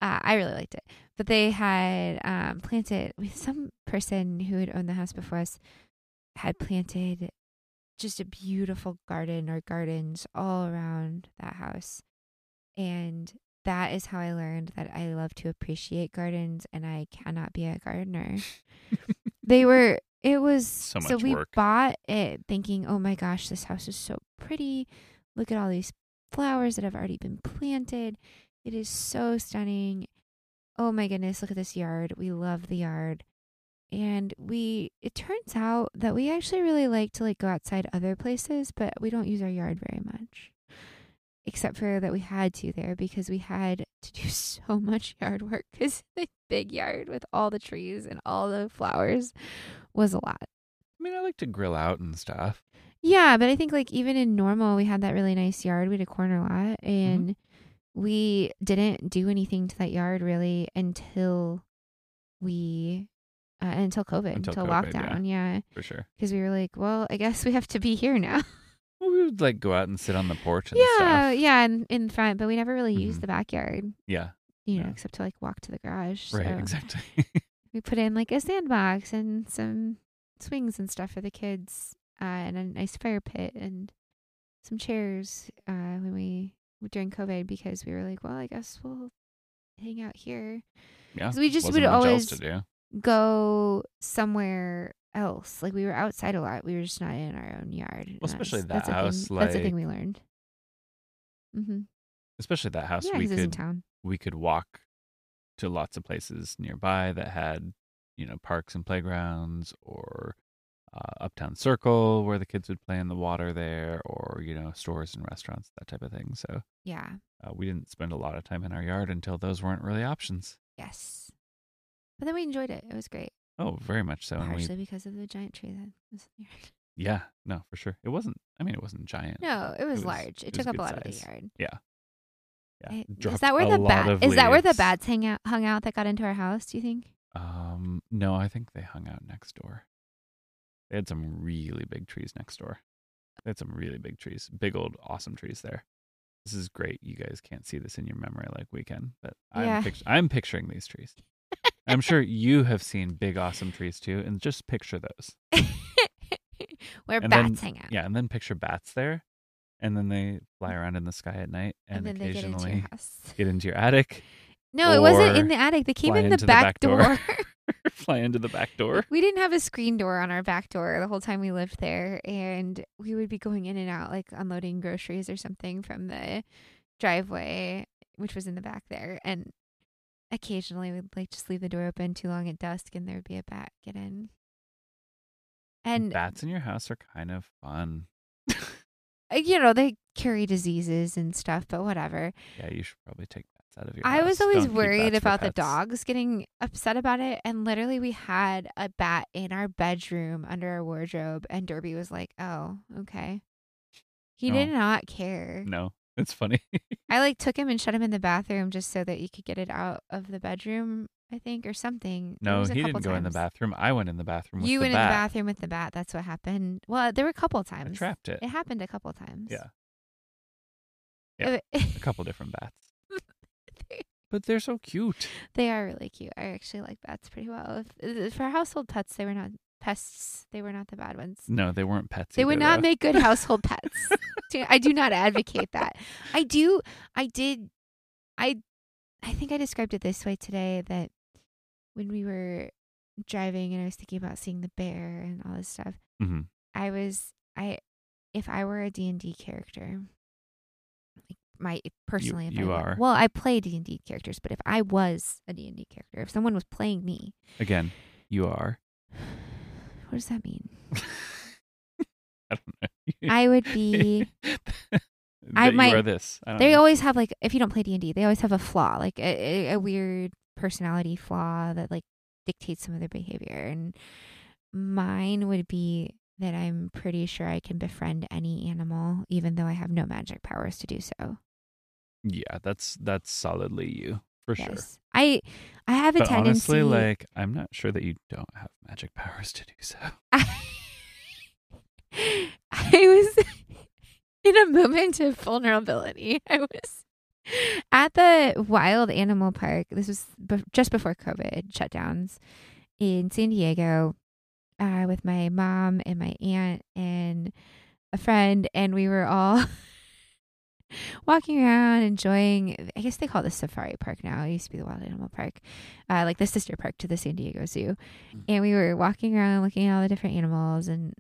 Speaker 1: uh, I really liked it. But they had um, planted with some person who had owned the house before us had planted just a beautiful garden or gardens all around that house, and that is how I learned that I love to appreciate gardens and I cannot be a gardener. they were. It was
Speaker 2: So
Speaker 1: so
Speaker 2: much
Speaker 1: we
Speaker 2: work.
Speaker 1: bought it thinking, oh my gosh, this house is so pretty. Look at all these flowers that have already been planted. It is so stunning. Oh my goodness, look at this yard. We love the yard. And we it turns out that we actually really like to like go outside other places, but we don't use our yard very much. Except for that we had to there because we had to do so much yard work cuz the big yard with all the trees and all the flowers was a lot.
Speaker 2: I mean, I like to grill out and stuff.
Speaker 1: Yeah, but I think like even in normal, we had that really nice yard. We had a corner lot,
Speaker 2: Mm-hmm.
Speaker 1: and we didn't do anything to that yard really until we uh, until COVID,
Speaker 2: Until
Speaker 1: until,
Speaker 2: COVID, yeah.
Speaker 1: lockdown. Yeah,
Speaker 2: for sure.
Speaker 1: because we were like, well, I guess we have to be here now.
Speaker 2: Well, we would like go out and sit on the porch and
Speaker 1: yeah,
Speaker 2: stuff.
Speaker 1: yeah, in, in front, but we never really
Speaker 2: Mhm.
Speaker 1: used the backyard,
Speaker 2: Yeah.
Speaker 1: you know,
Speaker 2: Yeah.
Speaker 1: except to like walk to the garage.
Speaker 2: Right.
Speaker 1: so
Speaker 2: Exactly.
Speaker 1: we put in like a sandbox and some swings and stuff for the kids uh, and a nice fire pit and some chairs uh, when we during covid because we were like well i guess we'll hang out here
Speaker 2: yeah.
Speaker 1: 'Cause we just
Speaker 2: Oh, Wasn't
Speaker 1: would
Speaker 2: much
Speaker 1: always-
Speaker 2: else to do.
Speaker 1: go somewhere else like we were outside a lot we were just not in our own yard And
Speaker 2: Well, especially
Speaker 1: that's,
Speaker 2: that
Speaker 1: that's a thing,
Speaker 2: house,
Speaker 1: that's a thing we
Speaker 2: like,
Speaker 1: learned mm-hmm.
Speaker 2: Especially that house.
Speaker 1: yeah
Speaker 2: we
Speaker 1: because it's in
Speaker 2: could
Speaker 1: town
Speaker 2: we could walk to lots of places nearby that had you know parks and playgrounds or uh, uptown circle where the kids would play in the water there or you know stores and restaurants that type of thing so
Speaker 1: yeah
Speaker 2: uh, we didn't spend a lot of time in our yard until those weren't really options
Speaker 1: yes but then we enjoyed it it was great
Speaker 2: oh very much so and we
Speaker 1: partially because of the giant tree that was in the yard
Speaker 2: yeah no for sure it wasn't i mean it wasn't giant
Speaker 1: No, it was,
Speaker 2: was-
Speaker 1: large. It,
Speaker 2: it was
Speaker 1: took up
Speaker 2: good
Speaker 1: a lot of
Speaker 2: size.
Speaker 1: the yard.
Speaker 2: Yeah,
Speaker 1: I- is
Speaker 2: dropped
Speaker 1: that where
Speaker 2: a
Speaker 1: the
Speaker 2: lot
Speaker 1: bat?
Speaker 2: of
Speaker 1: Is that where the
Speaker 2: leaves.
Speaker 1: bats hang out? Hung out that got into our house? Do you think?
Speaker 2: um no i think they hung out next door they had some really big trees next door they had some really big trees big old awesome trees there this is great you guys can't see this in your memory like we can but i'm,
Speaker 1: Yeah.
Speaker 2: pict- I'm picturing these trees i'm sure you have seen big awesome trees too and just picture those
Speaker 1: where
Speaker 2: And then-
Speaker 1: bats hang out,
Speaker 2: yeah and then picture bats there and then they fly around in the sky at night and,
Speaker 1: Mm. and, then they get
Speaker 2: occasionally
Speaker 1: into your house.
Speaker 2: get into your attic
Speaker 1: No, it wasn't
Speaker 2: or
Speaker 1: in the attic. They came
Speaker 2: fly
Speaker 1: in the
Speaker 2: into the
Speaker 1: back,
Speaker 2: back door.
Speaker 1: door.
Speaker 2: fly into the back door
Speaker 1: we didn't have a screen door on our back door the whole time we lived there, and we would be going in and out, like unloading groceries or something from the driveway, which was in the back there, and. Occasionally, we'd like just leave the door open too long at dusk, and there would be a bat get in. And
Speaker 2: bats in your house are kind of fun
Speaker 1: Uh, you know they carry diseases and stuff but whatever
Speaker 2: yeah you should probably take bats out of your
Speaker 1: i was
Speaker 2: house.
Speaker 1: always
Speaker 2: Don't keep
Speaker 1: worried
Speaker 2: bats for
Speaker 1: about the
Speaker 2: pets.
Speaker 1: dogs getting upset about it and literally we had a bat in our bedroom under our wardrobe and derby was like oh okay he
Speaker 2: No.
Speaker 1: did not care
Speaker 2: no it's funny
Speaker 1: i like took him and shut him in the bathroom just so that you could get it out of the bedroom i think or something There
Speaker 2: No,
Speaker 1: was a
Speaker 2: he didn't
Speaker 1: couple
Speaker 2: go in the
Speaker 1: times.
Speaker 2: bathroom. I went in the bathroom with
Speaker 1: you
Speaker 2: the
Speaker 1: went in the
Speaker 2: bat.
Speaker 1: bathroom with the bat that's what happened well there were a couple
Speaker 2: I
Speaker 1: times
Speaker 2: trapped it.
Speaker 1: it happened a couple times Uh,
Speaker 2: Yeah. Yeah. A couple different bats. But they're so cute.
Speaker 1: They are really cute. I actually like bats pretty well. If, for household pets, they were not pests. They were not the bad ones.
Speaker 2: No, they weren't pets.
Speaker 1: They would
Speaker 2: either,
Speaker 1: not
Speaker 2: though.
Speaker 1: make good household pets. Do- I do not advocate that. I do. I did. I. I think I described it this way today that when we were driving and I was thinking about seeing the bear and all this stuff,
Speaker 2: hmm
Speaker 1: I was I if I were a D&D character, like my personally if I
Speaker 2: you
Speaker 1: were-
Speaker 2: are.
Speaker 1: Well, I play D&D characters, but if I was a D&D character, if someone was playing me,
Speaker 2: Again, you are.
Speaker 1: what does that mean?
Speaker 2: I don't know.
Speaker 1: I would be I
Speaker 2: That
Speaker 1: might-
Speaker 2: You are this. I don't
Speaker 1: They
Speaker 2: know.
Speaker 1: always have like if you don't play D&D, they always have a flaw, like a, a, a weird personality flaw that like dictates some of their behavior and mine would be that I'm pretty sure I can befriend any animal even though I have no magic powers to do so.
Speaker 2: yeah, that's that's solidly you for sure.
Speaker 1: Yes. I I have a
Speaker 2: But
Speaker 1: tendency
Speaker 2: honestly, like I'm not sure that you don't have magic powers to do so.
Speaker 1: I, I was in a moment of vulnerability. I was at the wild animal park. This was bef- just before COVID shutdowns in San Diego uh, with my mom and my aunt and a friend, and we were all. Walking around, enjoying, I guess they call this Safari Park now. It used to be the Wild Animal Park, uh, like the sister park to the San Diego Zoo and we were walking around looking at all the different animals and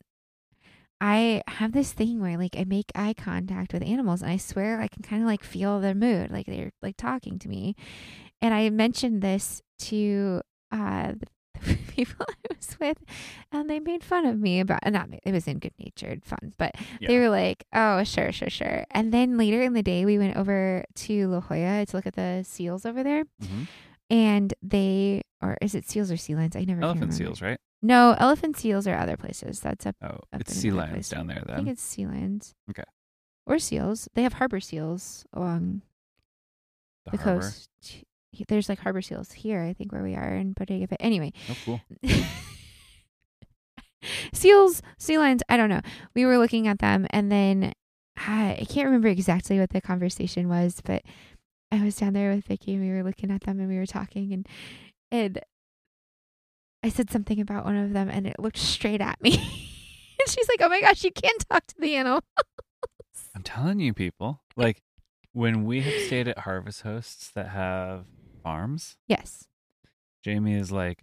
Speaker 1: i have this thing where like i make eye contact with animals and i swear i can kind of like feel their mood like they're like talking to me and i mentioned this to uh the people i was with and they made fun of me about and that it was in good natured fun but they
Speaker 2: Yeah.
Speaker 1: were like oh sure sure sure and then later in the day we went over to la jolla to look at the seals over there
Speaker 2: Mhm.
Speaker 1: and they or is it seals or sea lions? I never can
Speaker 2: Elephant
Speaker 1: remember.
Speaker 2: seals, right?
Speaker 1: No, elephant seals are other places. That's up.
Speaker 2: Oh,
Speaker 1: Up
Speaker 2: it's
Speaker 1: in
Speaker 2: sea
Speaker 1: another
Speaker 2: lions
Speaker 1: place.
Speaker 2: down there
Speaker 1: I think
Speaker 2: then.
Speaker 1: it's sea lions.
Speaker 2: Okay.
Speaker 1: Or seals. They have harbor seals along
Speaker 2: The,
Speaker 1: the
Speaker 2: harbor.
Speaker 1: coast. There's like harbor seals here, I think, where we are in Bodega Bay. Anyway,
Speaker 2: Oh, cool.
Speaker 1: seals, sea lions. I don't know. We were looking at them, and then I, I can't remember exactly what the conversation was, but I was down there with Vicky, and we were looking at them, and we were talking, and and I said something about one of them, and it looked straight at me. and she's like, "Oh my gosh, you can't talk to the animal."
Speaker 2: I'm telling you, people. Like when we have stayed at harvest hosts that have farms,
Speaker 1: Yes.
Speaker 2: Jamie is like,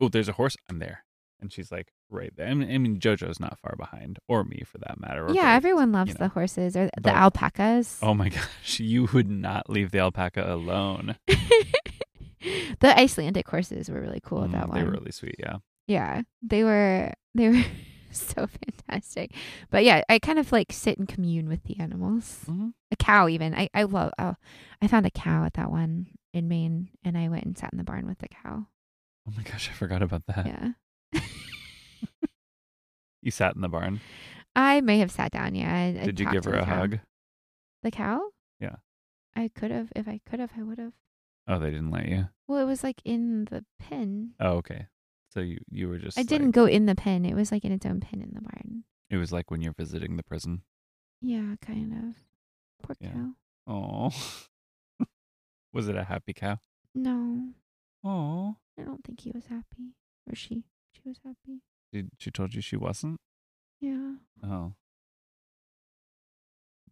Speaker 2: "Oh, there's a horse. I'm there," and she's like, "Right there." I mean, I mean JoJo's not far behind, or me for that matter. or
Speaker 1: yeah,
Speaker 2: both.
Speaker 1: everyone loves
Speaker 2: know.
Speaker 1: the horses or the
Speaker 2: But-
Speaker 1: alpacas.
Speaker 2: Oh my gosh, you would not leave the alpaca alone.
Speaker 1: the Icelandic horses were really cool. that
Speaker 2: Mm,
Speaker 1: one.
Speaker 2: They were really sweet. Yeah.
Speaker 1: Yeah, they were they were so fantastic. But yeah, I kind of like sit and commune with the animals.
Speaker 2: Mhm.
Speaker 1: A cow, even I I love. Oh, I found a cow at that one in Maine, and I went and sat in the barn with the cow.
Speaker 2: Oh my gosh, I forgot about that.
Speaker 1: Yeah,
Speaker 2: You sat in the barn.
Speaker 1: I may have sat down. Yeah, and- and
Speaker 2: Did you
Speaker 1: talked
Speaker 2: give
Speaker 1: to
Speaker 2: her
Speaker 1: the
Speaker 2: a
Speaker 1: cow.
Speaker 2: hug?
Speaker 1: The cow?
Speaker 2: Yeah.
Speaker 1: I could have if I could have. I would have.
Speaker 2: Oh, they didn't let you.
Speaker 1: Well, it was like in the pen.
Speaker 2: Oh, okay. So you you were just
Speaker 1: I didn't
Speaker 2: like-
Speaker 1: go in the pen. It was like in its own pen in the barn.
Speaker 2: it was like when you're visiting the prison.
Speaker 1: Yeah, kind of. Poor
Speaker 2: Yeah.
Speaker 1: cow.
Speaker 2: Oh. was it a happy cow?
Speaker 1: No,
Speaker 2: Oh.
Speaker 1: I don't think he was happy. Or she. She was happy.
Speaker 2: Did she told you she wasn't?
Speaker 1: Yeah.
Speaker 2: Oh.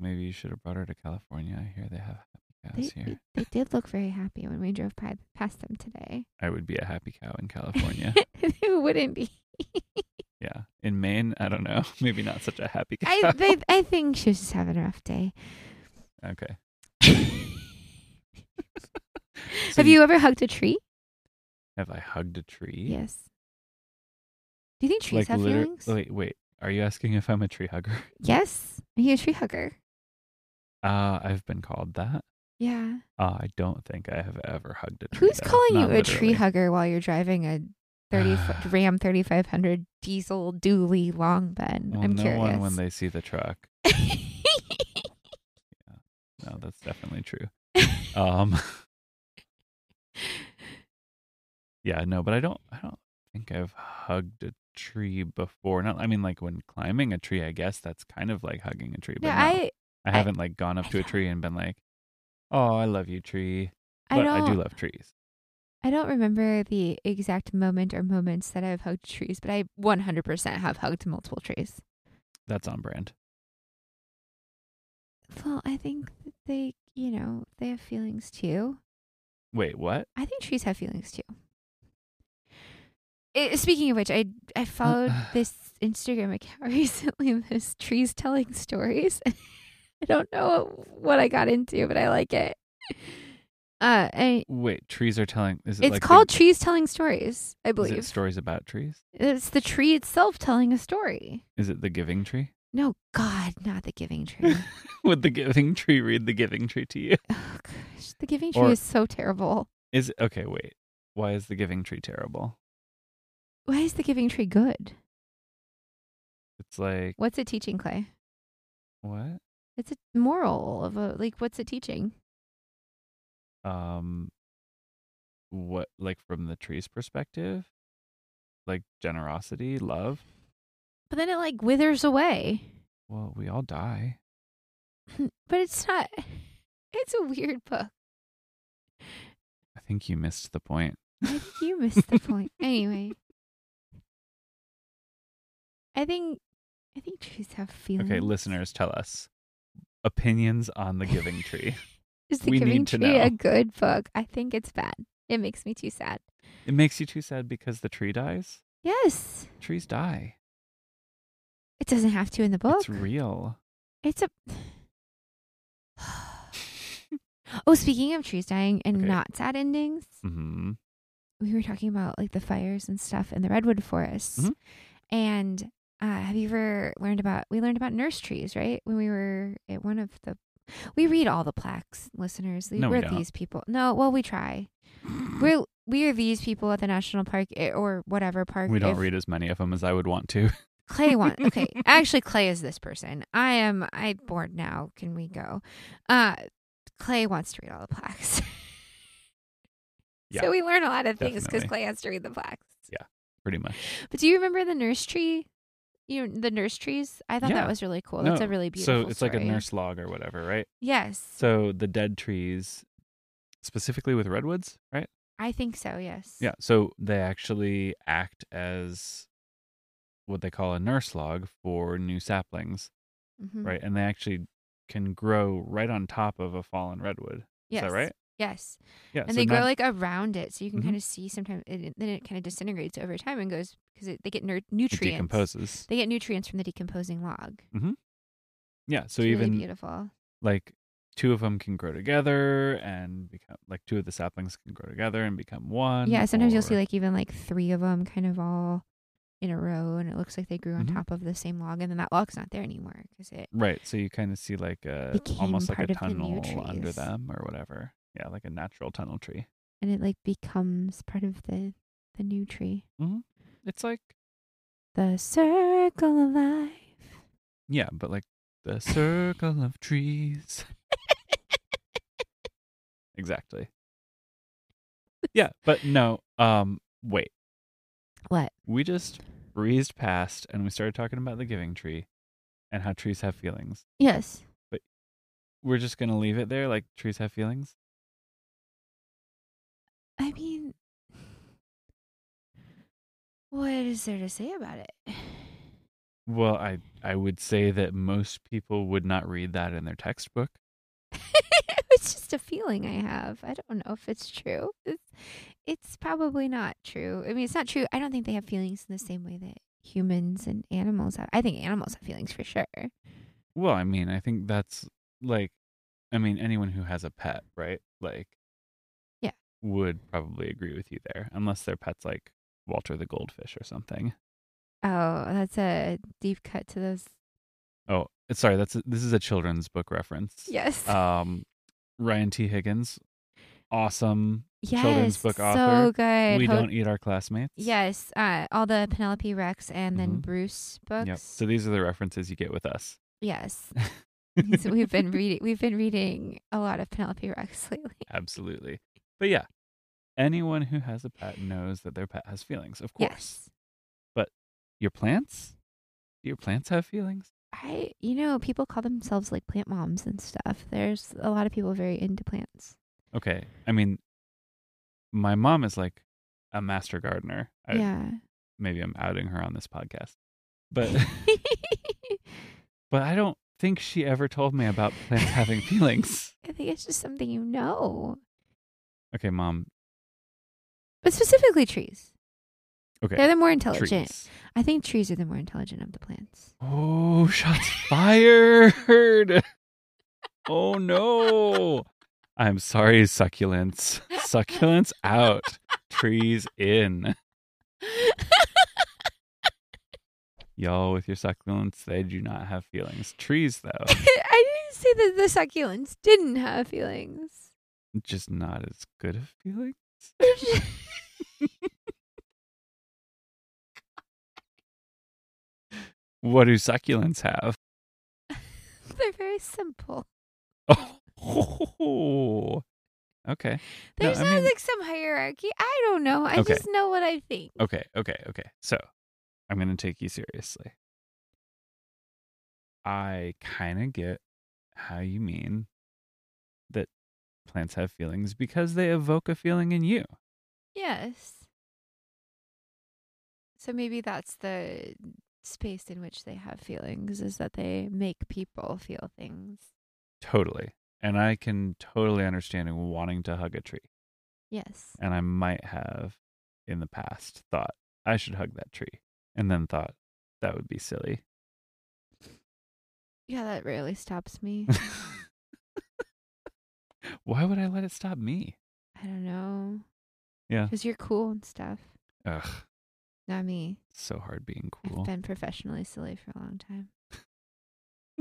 Speaker 2: Maybe you should have brought her to California. I hear they have happy
Speaker 1: They,
Speaker 2: cows here.
Speaker 1: they did look very happy when we drove pi- past them today.
Speaker 2: I would be a happy cow in California.
Speaker 1: Who wouldn't be?
Speaker 2: yeah. In Maine, I don't know. Maybe not such a happy cow.
Speaker 1: I they, I think she was just having a rough day.
Speaker 2: okay. So
Speaker 1: Have you, ever hugged a tree?
Speaker 2: have I hugged a tree?
Speaker 1: Yes. Do you think trees have
Speaker 2: liter-
Speaker 1: feelings?
Speaker 2: Wait, wait. Are you asking if I'm a tree hugger?
Speaker 1: yes. Are you a tree hugger?
Speaker 2: Uh, I've been called that.
Speaker 1: Yeah.
Speaker 2: Uh, I don't think I have ever hugged a tree.
Speaker 1: Who's
Speaker 2: though.
Speaker 1: calling you
Speaker 2: Not
Speaker 1: a tree
Speaker 2: literally.
Speaker 1: hugger while you're driving a 30 f- Ram 3500 diesel dually long bend?
Speaker 2: Well,
Speaker 1: I'm
Speaker 2: no
Speaker 1: curious.
Speaker 2: one when they see the truck. No, that's definitely true. Um, yeah, no, but I don't. I don't think I've hugged a tree before. Not. I mean, like when climbing a tree, I guess that's kind of like hugging a tree. But
Speaker 1: yeah,
Speaker 2: no,
Speaker 1: I I-
Speaker 2: I haven't like gone up
Speaker 1: I
Speaker 2: to a
Speaker 1: don't-
Speaker 2: tree and been like, "Oh, I love you, tree."
Speaker 1: I
Speaker 2: But
Speaker 1: don't
Speaker 2: I do love trees.
Speaker 1: I don't remember the exact moment or moments that I've hugged trees, but I 100% have hugged multiple trees.
Speaker 2: That's on brand.
Speaker 1: Well, I think that they, you know, they have feelings too.
Speaker 2: Wait, what?
Speaker 1: I think trees have feelings too. Eh, speaking of which, I I followed this Instagram account recently. This trees telling stories. I don't know what I got into, but I like it. Uh, I,
Speaker 2: Wait, trees are telling. Is it
Speaker 1: it's
Speaker 2: like the-
Speaker 1: called trees telling stories. I
Speaker 2: Is it
Speaker 1: believe
Speaker 2: stories about trees?
Speaker 1: it's the tree itself telling a story.
Speaker 2: Is it the Giving Tree?
Speaker 1: No, God, not the Giving Tree.
Speaker 2: Would the Giving Tree read the Giving Tree to you?
Speaker 1: oh gosh, the Giving Tree
Speaker 2: Or-
Speaker 1: is so terrible.
Speaker 2: Is okay. Wait, why is the Giving Tree terrible?
Speaker 1: Why is the Giving Tree good?
Speaker 2: It's like
Speaker 1: What's it teaching, Clay?
Speaker 2: what?
Speaker 1: It's a moral of a like. What's it teaching?
Speaker 2: Um, what like from the tree's perspective, like generosity, love.
Speaker 1: But then it like withers away.
Speaker 2: Well, we all die.
Speaker 1: But it's not. It's a weird book.
Speaker 2: I think you missed the point.
Speaker 1: I think you missed the point. Anyway, I think I think trees have feelings.
Speaker 2: Okay, listeners, tell us opinions on the Giving Tree.
Speaker 1: Is the
Speaker 2: we
Speaker 1: Giving
Speaker 2: need to
Speaker 1: Tree a
Speaker 2: know.
Speaker 1: good book? I think it's bad. It makes me too sad.
Speaker 2: it makes you too sad because the tree dies.
Speaker 1: Yes,
Speaker 2: Trees die.
Speaker 1: it doesn't have to in the book.
Speaker 2: It's real.
Speaker 1: It's a. oh, speaking of trees dying and
Speaker 2: Okay.
Speaker 1: not sad endings,
Speaker 2: hmm
Speaker 1: we were talking about like the fires and stuff in the redwood forests.
Speaker 2: Mhm.
Speaker 1: And uh, have you ever learned about? We learned about nurse trees, right? When we were at one of the. We read all the plaques, listeners.
Speaker 2: No, we
Speaker 1: are
Speaker 2: don't.
Speaker 1: these people. No, well, we try. We're we are these people at the national park eh, or whatever park.
Speaker 2: We don't
Speaker 1: if-
Speaker 2: read as many of them as I would want to.
Speaker 1: Clay wants. Okay, actually, Clay is this person. I am. I bored now. Can we go? Uh, Clay wants to read all the plaques.
Speaker 2: Yeah,
Speaker 1: so we learn a lot of things because
Speaker 2: definitely.
Speaker 1: Clay has to read the plaques.
Speaker 2: Pretty much.
Speaker 1: But do you remember the nurse tree? You know, the nurse trees. I thought
Speaker 2: Yeah.
Speaker 1: that was really cool. That's
Speaker 2: No,
Speaker 1: a really beautiful.
Speaker 2: So it's like a
Speaker 1: story.
Speaker 2: nurse log or whatever, right?
Speaker 1: Yes,
Speaker 2: So the dead trees, specifically with redwoods, right?
Speaker 1: I think so. Yes.
Speaker 2: Yeah. So they actually act as what they call a nurse log for new saplings,
Speaker 1: Mhm.
Speaker 2: right? And they actually can grow right on top of a fallen redwood.
Speaker 1: Yes.
Speaker 2: Is that right?
Speaker 1: Yes.
Speaker 2: Yeah.
Speaker 1: And
Speaker 2: so
Speaker 1: they
Speaker 2: not-
Speaker 1: grow like around it, so you can
Speaker 2: Mhm.
Speaker 1: kind of see. Sometimes it, then it kind of disintegrates over time and goes because they get ner-
Speaker 2: it
Speaker 1: nutrients.
Speaker 2: decomposes.
Speaker 1: They get nutrients from the decomposing log.
Speaker 2: Yeah. So
Speaker 1: It's really
Speaker 2: even
Speaker 1: beautiful.
Speaker 2: like two of them can grow together and become like two of the saplings can grow together and become one.
Speaker 1: Yeah, sometimes you'll
Speaker 2: or-
Speaker 1: see like even like three of them kind of all in a row, and it looks like they grew on
Speaker 2: Mhm.
Speaker 1: top of the same log, and then that log's not there anymore because it.
Speaker 2: Right. So you kind of see like a
Speaker 1: Became
Speaker 2: almost like
Speaker 1: part
Speaker 2: a
Speaker 1: of the new
Speaker 2: tunnel under
Speaker 1: trees.
Speaker 2: them or whatever. Yeah, like a natural tunnel tree.
Speaker 1: and it like becomes part of the the new tree.
Speaker 2: It's like
Speaker 1: The circle of life.
Speaker 2: yeah, but like the circle of trees. Exactly. Yeah, but no. Um wait.
Speaker 1: What?
Speaker 2: We just breezed past and we started talking about the giving tree and how trees have feelings.
Speaker 1: Yes.
Speaker 2: We're just going to leave it there like trees have feelings?
Speaker 1: I mean, what is there to say about it?
Speaker 2: Well, I I would say that most people would not read that in their textbook.
Speaker 1: it's just a feeling I have. I don't know if it's true. It's, it's probably not true. I mean, it's not true. I don't think they have feelings in the same way that humans and animals have. I think animals have feelings for sure.
Speaker 2: Well, I mean, I think that's like, I mean, anyone who has a pet, right? Like,
Speaker 1: Yeah.
Speaker 2: would probably agree with you there, unless their pet's like Walter the goldfish or something.
Speaker 1: Oh, that's a deep cut to those.
Speaker 2: Oh, sorry, that's a, this is a children's book reference.
Speaker 1: Yes.
Speaker 2: Um, Ryan T. Higgins, awesome.
Speaker 1: yes.
Speaker 2: children's book
Speaker 1: So
Speaker 2: author.
Speaker 1: good.
Speaker 2: we
Speaker 1: Ho-
Speaker 2: don't eat our classmates.
Speaker 1: Yes. Uh, all the Penelope Rex and then
Speaker 2: Mhm.
Speaker 1: Bruce books.
Speaker 2: Yep. So these are the references you get with us.
Speaker 1: yes. So we've been reading. We've been reading a lot of Penelope Rex lately.
Speaker 2: Absolutely. But yeah, anyone who has a pet knows that their pet has feelings, of course.
Speaker 1: Yes.
Speaker 2: Your plants? Do your plants have feelings?
Speaker 1: I, you know, people call themselves like plant moms and stuff. There's a lot of people very into plants.
Speaker 2: Okay. I mean, my mom is like a master gardener. I,
Speaker 1: yeah.
Speaker 2: Maybe I'm outing her on this podcast. But but I don't think she ever told me about plants having feelings.
Speaker 1: I think it's just something you know,
Speaker 2: Okay, mom.
Speaker 1: but specifically trees.
Speaker 2: Okay.
Speaker 1: They're the more intelligent.
Speaker 2: Trees.
Speaker 1: I think trees are the more intelligent of the plants.
Speaker 2: Oh, shots fired. oh no. I'm sorry, succulents. Succulents out, trees in. Y'all with your succulents, they do not have feelings. Trees, though,
Speaker 1: I didn't say that the succulents didn't have feelings.
Speaker 2: just not as good of feeling. What do succulents have?
Speaker 1: They're very simple.
Speaker 2: Oh, okay, No,
Speaker 1: There's
Speaker 2: I
Speaker 1: not
Speaker 2: mean-
Speaker 1: like some hierarchy. I don't know. I
Speaker 2: Okay.
Speaker 1: just know what I think.
Speaker 2: okay, okay, okay. So I'm going to take you seriously. I kind of get how you mean that plants have feelings because they evoke a feeling in you.
Speaker 1: Yes. So maybe that's the space in which they have feelings is that they make people feel things.
Speaker 2: Totally. And I can totally understand wanting to hug a tree.
Speaker 1: Yes.
Speaker 2: And I might have in the past thought, I should hug that tree. And then thought, that would be silly.
Speaker 1: Yeah, that really stops me.
Speaker 2: Why would I let it stop me?
Speaker 1: I don't know.
Speaker 2: Yeah.
Speaker 1: Because you're cool and stuff.
Speaker 2: Ugh,
Speaker 1: Not me.
Speaker 2: so hard being cool.
Speaker 1: I've been professionally silly for a long time.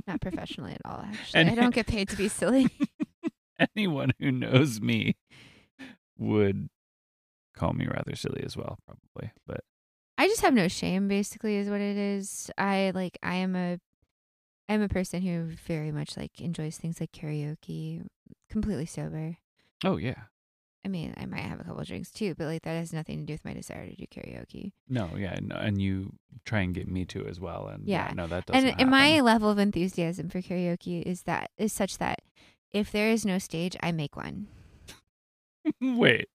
Speaker 1: Not professionally at all, actually.
Speaker 2: And-
Speaker 1: I don't get paid to be silly.
Speaker 2: Anyone who knows me would call me rather silly as well, probably. But
Speaker 1: I just have no shame basically is what it is. I like I am a I'm a person who very much like enjoys things like karaoke completely sober.
Speaker 2: oh yeah,
Speaker 1: I mean, I might have a couple drinks too, but like that has nothing to do with my desire to do karaoke.
Speaker 2: no, yeah, and, and you try and get me to as well, and yeah,
Speaker 1: Yeah.
Speaker 2: no, that doesn't.
Speaker 1: And and my
Speaker 2: happen.
Speaker 1: level of enthusiasm for karaoke is that is such that if there is no stage, I make one.
Speaker 2: wait,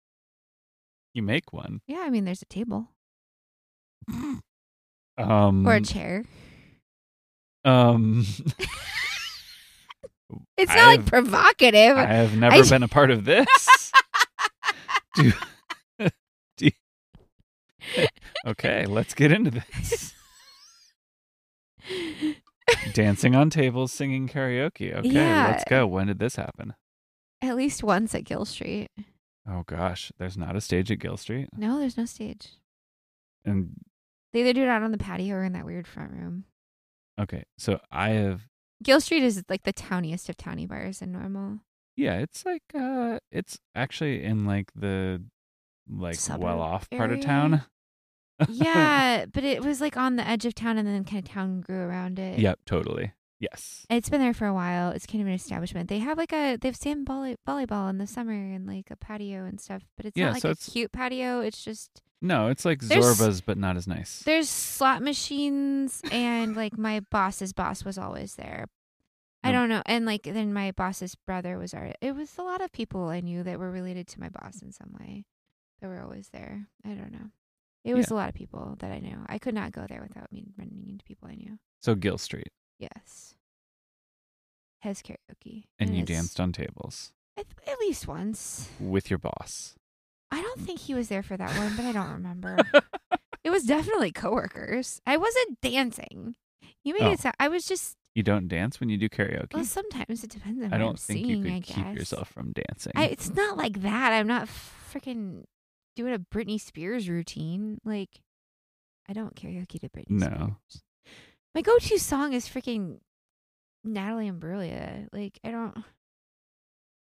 Speaker 2: you make one,
Speaker 1: Yeah, I mean there's a table
Speaker 2: um,
Speaker 1: or a chair.
Speaker 2: um,
Speaker 1: It's not like
Speaker 2: I've-
Speaker 1: provocative.
Speaker 2: I have never
Speaker 1: I-
Speaker 2: been a part of this. do, do, okay, let's get into this. Dancing on tables, singing karaoke. Okay,
Speaker 1: Yeah.
Speaker 2: let's go. When did this happen?
Speaker 1: At least once at Gill Street.
Speaker 2: Oh gosh, there's not a stage at Gill Street,
Speaker 1: No, there's no stage.
Speaker 2: and
Speaker 1: They either do it out on the patio or in that weird front room.
Speaker 2: okay, so I have.
Speaker 1: Gill Street is like the towniest of towny bars in normal.
Speaker 2: Yeah, it's like uh, it's actually in like the like
Speaker 1: Suburb
Speaker 2: well off part of
Speaker 1: area?
Speaker 2: town.
Speaker 1: Yeah, but it was like on the edge of town and then kind of town grew around it.
Speaker 2: Yep, totally. Yes.
Speaker 1: It's been there for a while. It's kind of an establishment. They have like a they have sand volley, volleyball in the summer and like a patio and stuff, but it's
Speaker 2: Yeah,
Speaker 1: not like
Speaker 2: so
Speaker 1: a
Speaker 2: it's-
Speaker 1: cute patio. It's just
Speaker 2: No, it's like
Speaker 1: There's-
Speaker 2: Zorba's, but not as nice.
Speaker 1: there's slot machines and like my boss's boss was always there. I
Speaker 2: No.
Speaker 1: don't know. And like then my boss's brother was our it was a lot of people I knew that were related to my boss in some way that were always there. I don't know. It was a lot of people that I knew. I could not go there without me running into people I knew.
Speaker 2: So Gill Street,
Speaker 1: Yes. Has karaoke.
Speaker 2: and you
Speaker 1: it's-
Speaker 2: danced on tables
Speaker 1: at, at least once.
Speaker 2: with your boss.
Speaker 1: I don't think he was there for that one, but I don't remember. it was definitely coworkers. I wasn't dancing. You made
Speaker 2: Oh.
Speaker 1: it sound. I was just.
Speaker 2: You don't dance when you do karaoke.
Speaker 1: Well, sometimes it depends on. what
Speaker 2: I don't
Speaker 1: I'm
Speaker 2: think
Speaker 1: singing,
Speaker 2: you
Speaker 1: I
Speaker 2: could keep
Speaker 1: guess.
Speaker 2: yourself from dancing.
Speaker 1: I, it's not like that. I'm not freaking doing a Britney Spears routine. Like, I don't karaoke to Britney
Speaker 2: No.
Speaker 1: Spears. My go-to song is freaking Natalie Imbruglia. Like, I don't.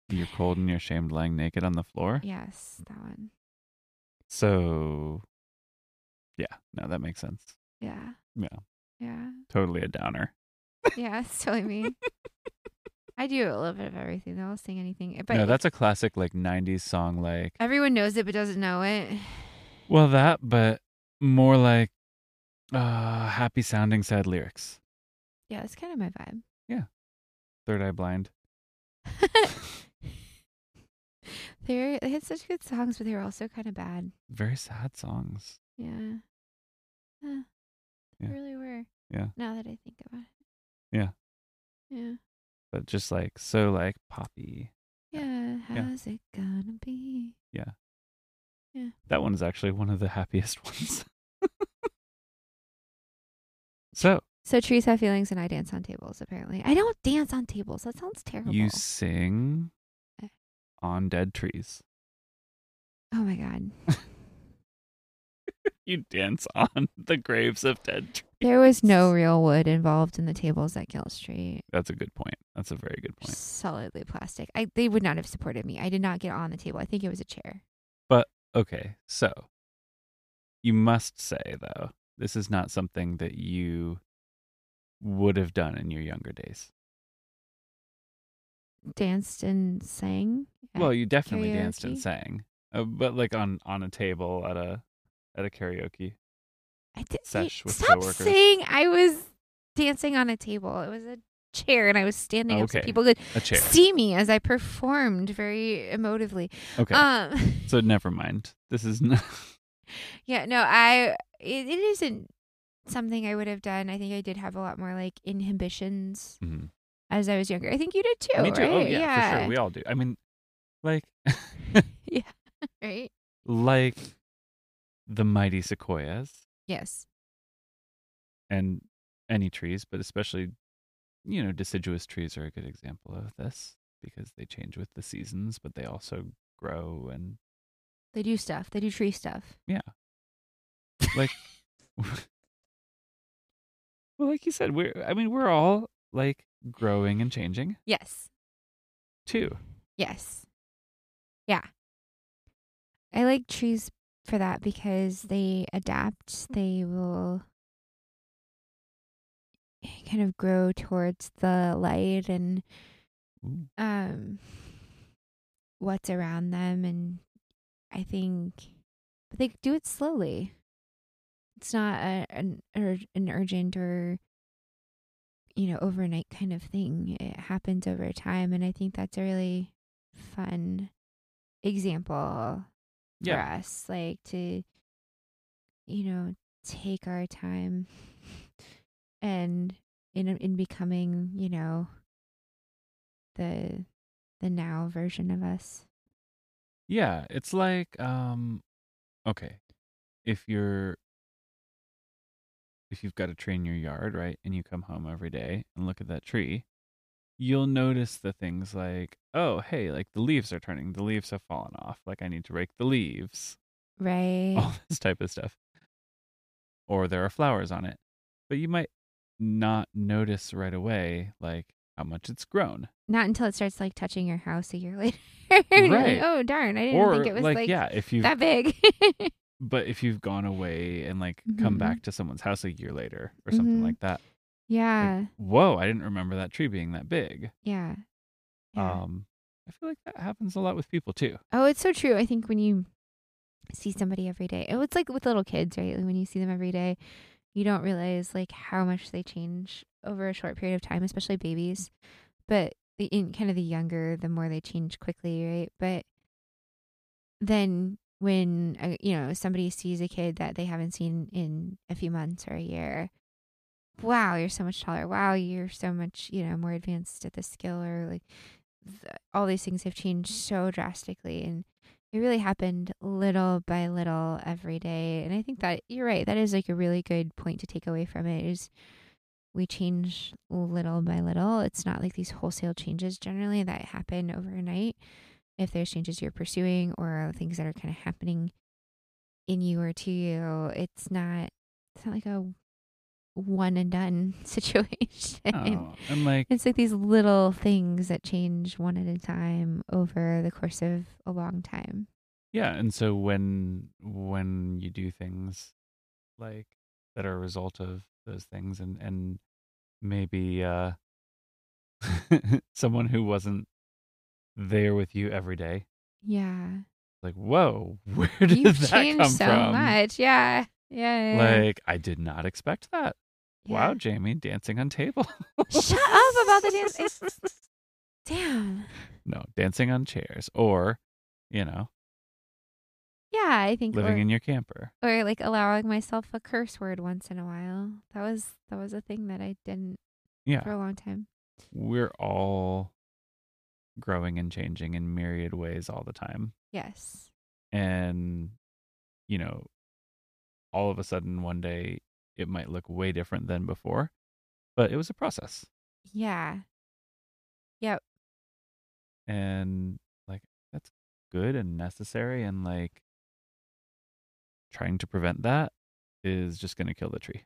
Speaker 2: You're cold and you're shamed lying naked on the floor.
Speaker 1: Yes, that one.
Speaker 2: So, yeah, no, that makes sense.
Speaker 1: Yeah.
Speaker 2: Yeah.
Speaker 1: Yeah.
Speaker 2: Totally a downer.
Speaker 1: Yeah, it's totally me. I do a little bit of everything. though. I'll sing anything. eh, But Uh,
Speaker 2: no, that's a classic like 90s song, like,
Speaker 1: everyone knows it but doesn't know it.
Speaker 2: well, that, but more like uh, happy sounding sad lyrics.
Speaker 1: Yeah, it's kind of my vibe.
Speaker 2: Third Eye Blind.
Speaker 1: They're, they had such good songs, but they were also kind of bad.
Speaker 2: Very sad songs.
Speaker 1: Yeah. Huh. They
Speaker 2: Yeah.
Speaker 1: really were.
Speaker 2: Yeah.
Speaker 1: Now that I think about it.
Speaker 2: Yeah.
Speaker 1: Yeah.
Speaker 2: But just like, so like poppy.
Speaker 1: Yeah.
Speaker 2: Yeah.
Speaker 1: How's it gonna be?
Speaker 2: That one's actually one of the happiest ones. So
Speaker 1: So trees have feelings, and I dance on tables. Apparently, I don't dance on tables. That sounds terrible. Eh.
Speaker 2: you sing
Speaker 1: Okay.
Speaker 2: on dead trees.
Speaker 1: oh my god.
Speaker 2: You dance on the graves of dead trees.
Speaker 1: There was no real wood involved in the tables at Guild Street.
Speaker 2: That's a good point. That's a very good point.
Speaker 1: Solidly plastic. I they would not have supported me. I did not get on the table. I think it was a chair.
Speaker 2: Okay, so you must say though, this is not something that you would have done in your younger days.
Speaker 1: Danced and sang. at
Speaker 2: Well, you definitely danced and
Speaker 1: karaoke?
Speaker 2: sang, uh, but like on on a table at a at a karaoke.
Speaker 1: I did,
Speaker 2: sesh with
Speaker 1: stop
Speaker 2: coworkers.
Speaker 1: saying I was dancing on a table. It was a chair, and I was standing up so
Speaker 2: Okay.
Speaker 1: people could
Speaker 2: A chair.
Speaker 1: see me as I performed very emotively.
Speaker 2: Okay.
Speaker 1: Um,
Speaker 2: so never mind. This is not
Speaker 1: yeah, no, I it, it isn't something I would have done. I think I did have a lot more like inhibitions
Speaker 2: Mhm.
Speaker 1: as I was younger. I think you did too.
Speaker 2: Me too.
Speaker 1: Right?
Speaker 2: Oh yeah, for sure. We all do. I mean, like
Speaker 1: right.
Speaker 2: like the mighty sequoias
Speaker 1: Yes.
Speaker 2: and any trees, but especially you know deciduous trees are a good example of this because they change with the seasons, but they also grow and
Speaker 1: They do stuff. They do tree stuff.
Speaker 2: well, like you said, we're I mean we're all like growing and changing
Speaker 1: Yes.
Speaker 2: too.
Speaker 1: Yes. Yeah. I like trees for that because they adapt. They will kind of grow towards the light and
Speaker 2: Ooh.
Speaker 1: um what's around them and I think but they do it slowly. It's not a, an ur- an urgent or you know overnight kind of thing. It happens over time and I think that's a really fun example
Speaker 2: Yeah,
Speaker 1: for us like to you know take our time and in in becoming you know the the now version of us
Speaker 2: yeah. It's like um, okay, if you're if you've got a tree in your yard, right, and you come home every day and look at that tree, you'll notice the things like, oh, hey, like the leaves are turning, the leaves have fallen off, like I need to rake the leaves,
Speaker 1: right
Speaker 2: all this type of stuff. Or there are flowers on it. But you might not notice right away like how much it's grown.
Speaker 1: not until it starts like touching your house a year later And you're like,
Speaker 2: Right.
Speaker 1: oh darn i didn't
Speaker 2: or
Speaker 1: think it was
Speaker 2: like,
Speaker 1: like,
Speaker 2: yeah, if you have
Speaker 1: that big
Speaker 2: but if you've gone away and like come
Speaker 1: Mhm.
Speaker 2: back to someone's house a year later or something
Speaker 1: Mhm.
Speaker 2: like that. like,
Speaker 1: yeah
Speaker 2: Whoa, I didn't remember that tree being that big.
Speaker 1: yeah, yeah.
Speaker 2: Um I feel like that happens a lot with people too.
Speaker 1: Oh, it's so true. I think when you see somebody every day, oh, it's like with little kids, right? Like when you see them every day, you don't realize like how much they change over a short period of time, especially babies. But the in kind of the younger, the more they change quickly, right? But then when uh, you know somebody sees a kid that they haven't seen in a few months or a year, wow, you're so much taller. Wow, you're so much, you know, more advanced at the skill or like th- all these things have changed so drastically and it really happened little by little every day. And I think that you're right. That is like a really good point to take away from it is we change little by little. It's not like these wholesale changes generally that happen overnight. If there's changes you're pursuing or things that are kind of happening in you or to you, it's not it's not like a one and done situation.
Speaker 2: Oh, and like
Speaker 1: It's like these little things that change one at a time over the course of a long time.
Speaker 2: Yeah, and so when when you do things like that are a result of those things and and maybe uh someone who wasn't there with you every day
Speaker 1: Yeah.
Speaker 2: like whoa where did
Speaker 1: You've
Speaker 2: that
Speaker 1: changed
Speaker 2: come
Speaker 1: so
Speaker 2: from
Speaker 1: much. Yeah. Yeah. yeah, yeah.
Speaker 2: like i did not expect that wow jamie dancing on table
Speaker 1: Shut up Oh, about the dance. It's- Damn.
Speaker 2: no dancing on chairs or you know
Speaker 1: Yeah, I think
Speaker 2: living
Speaker 1: or,
Speaker 2: in your camper
Speaker 1: or like allowing myself a curse word once in a while. That was that was a thing that I didn't
Speaker 2: yeah
Speaker 1: for a long time.
Speaker 2: we're all growing and changing in myriad ways all the time.
Speaker 1: Yes.
Speaker 2: And, you know, all of a sudden one day it might look way different than before. But it was a process.
Speaker 1: Yeah.
Speaker 2: And like that's good and necessary and like trying to prevent that is just going to kill the tree.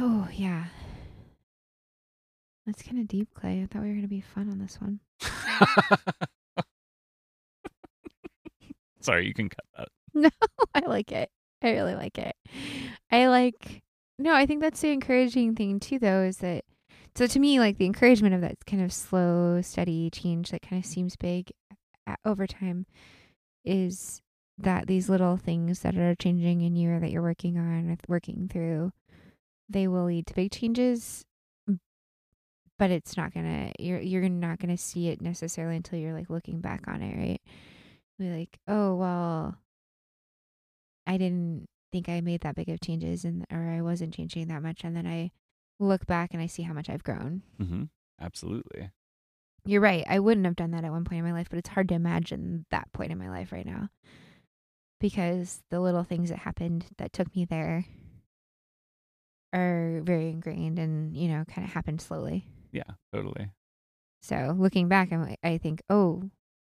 Speaker 1: Oh, yeah. That's kind of deep, Clay. I thought we were going to be fun on this one.
Speaker 2: Sorry, you can cut that.
Speaker 1: I like it. I really like it. I like no, I think that's the encouraging thing too though is that so to me like the encouragement of that kind of slow steady change that kind of seems big a- over time is that these little things that are changing in you or that you're working on or working through they will lead to big changes but it's not gonna you're you're not gonna see it necessarily until you're like looking back on it right be like oh well I didn't think I made that big of changes and or I wasn't changing that much and then I look back and I see how much I've grown.
Speaker 2: Mm-hmm. Absolutely.
Speaker 1: You're right. I wouldn't have done that at one point in my life, but it's hard to imagine that point in my life right now. Because the little things that happened that took me there are very ingrained and, you know, kind of happened slowly.
Speaker 2: Yeah, totally.
Speaker 1: So looking back, I'm like, I think, oh,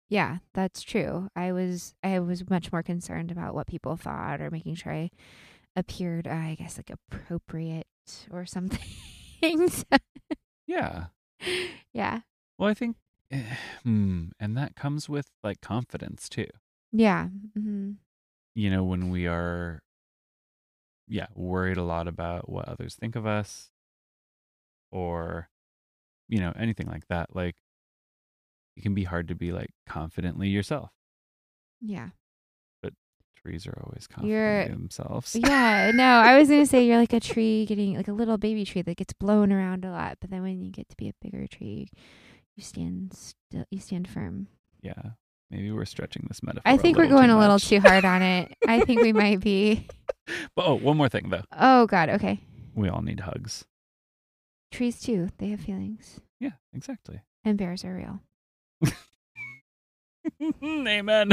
Speaker 1: yeah, that's true. I was I was much more concerned about what people thought or making sure I appeared, uh, I guess, like appropriate or something. So,
Speaker 2: Yeah.
Speaker 1: yeah,
Speaker 2: Well, I think, eh, hmm, and that comes with like confidence too.
Speaker 1: yeah, hmm
Speaker 2: You know, when we are, yeah, worried a lot about what others think of us or, you know, anything like that, like it can be hard to be like confidently yourself.
Speaker 1: yeah,
Speaker 2: Trees are always
Speaker 1: You're-
Speaker 2: confident in themselves.
Speaker 1: yeah. No, I was gonna say you're like a tree getting like a little baby tree that gets blown around a lot, but then when you get to be a bigger tree, you stand still, you stand firm.
Speaker 2: Yeah. Maybe we're stretching this metaphor.
Speaker 1: I think we're
Speaker 2: little
Speaker 1: going
Speaker 2: too
Speaker 1: a little
Speaker 2: much.
Speaker 1: too hard on it. I think we might be.
Speaker 2: But oh, one more thing though.
Speaker 1: Oh God, okay.
Speaker 2: We all need hugs.
Speaker 1: Trees too. They have feelings,
Speaker 2: Yeah, exactly.
Speaker 1: and bears are real.
Speaker 2: Amen.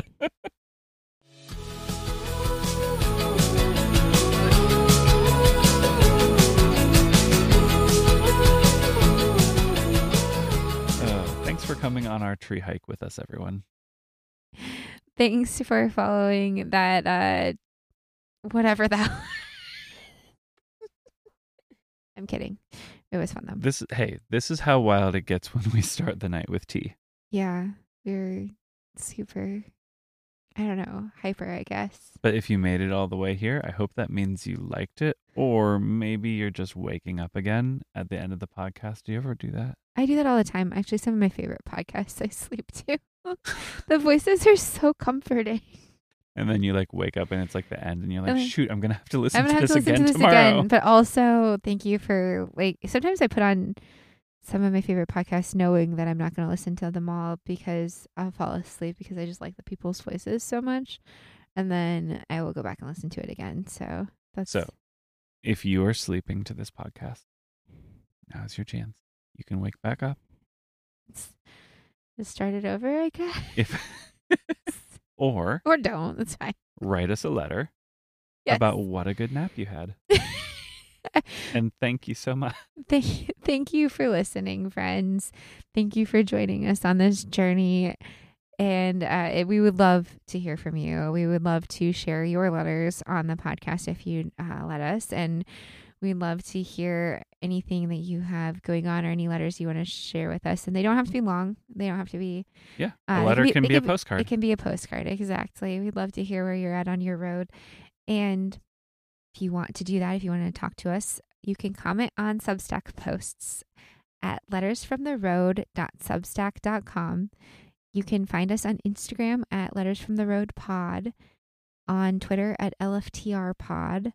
Speaker 2: Oh, thanks for coming on our tree hike with us, everyone.
Speaker 1: Thanks for following that uh whatever that I'm kidding. It was fun though.
Speaker 2: This hey, this is how wild it gets when we start the night with tea.
Speaker 1: Yeah. We were super I don't know, hyper, I guess.
Speaker 2: But if you made it all the way here, I hope that means you liked it, or maybe you're just waking up again at the end of the podcast. Do you ever do that?
Speaker 1: I do that all the time. Actually some of my favorite podcasts I sleep to. the voices are so comforting.
Speaker 2: And then you like wake up and it's like the end, and you're like,
Speaker 1: Okay.
Speaker 2: shoot, I'm gonna have to
Speaker 1: Oh,
Speaker 2: listen
Speaker 1: I'm gonna have
Speaker 2: to this
Speaker 1: to listen
Speaker 2: again
Speaker 1: to this
Speaker 2: tomorrow.
Speaker 1: again. But also thank you for like sometimes I put on some of my favorite podcasts knowing that I'm not gonna listen to them all because I'll fall asleep because I just like the people's voices so much. And then I will go back and listen to it again. So that's
Speaker 2: So, if you are sleeping to this podcast, now's your chance. You can wake back up
Speaker 1: it's, just start it over, I guess.
Speaker 2: if, or
Speaker 1: Or don't. That's fine.
Speaker 2: write us a letter
Speaker 1: Yes.
Speaker 2: about what a good nap you had. And thank you so much.
Speaker 1: thank, thank you for listening, friends. Thank you for joining us on this journey. And uh, it- we would love to hear from you. We would love to share your letters on the podcast if you uh, let us. And we'd love to hear anything that you have going on or any letters you want to share with us. And they don't have to be long, they don't have to be
Speaker 2: Yeah,
Speaker 1: Uh,
Speaker 2: a
Speaker 1: it
Speaker 2: letter
Speaker 1: could be-
Speaker 2: can
Speaker 1: it
Speaker 2: be a
Speaker 1: could be-
Speaker 2: postcard.
Speaker 1: It can be a postcard, exactly. We'd love to hear where you're at on your road. And if you want to do that, if you want to talk to us, you can comment on Substack posts at lettersfromtheroad.substack.com. You can find us on Instagram at lettersfromtheroadpod, on Twitter at lftrpod,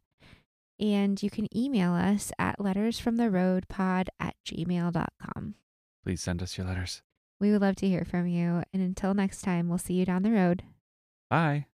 Speaker 1: and you can email us at lettersfromtheroadpod at gmail.com.
Speaker 2: Please send us your letters.
Speaker 1: We would love to hear from you. And until next time, we'll see you down the road.
Speaker 2: Bye.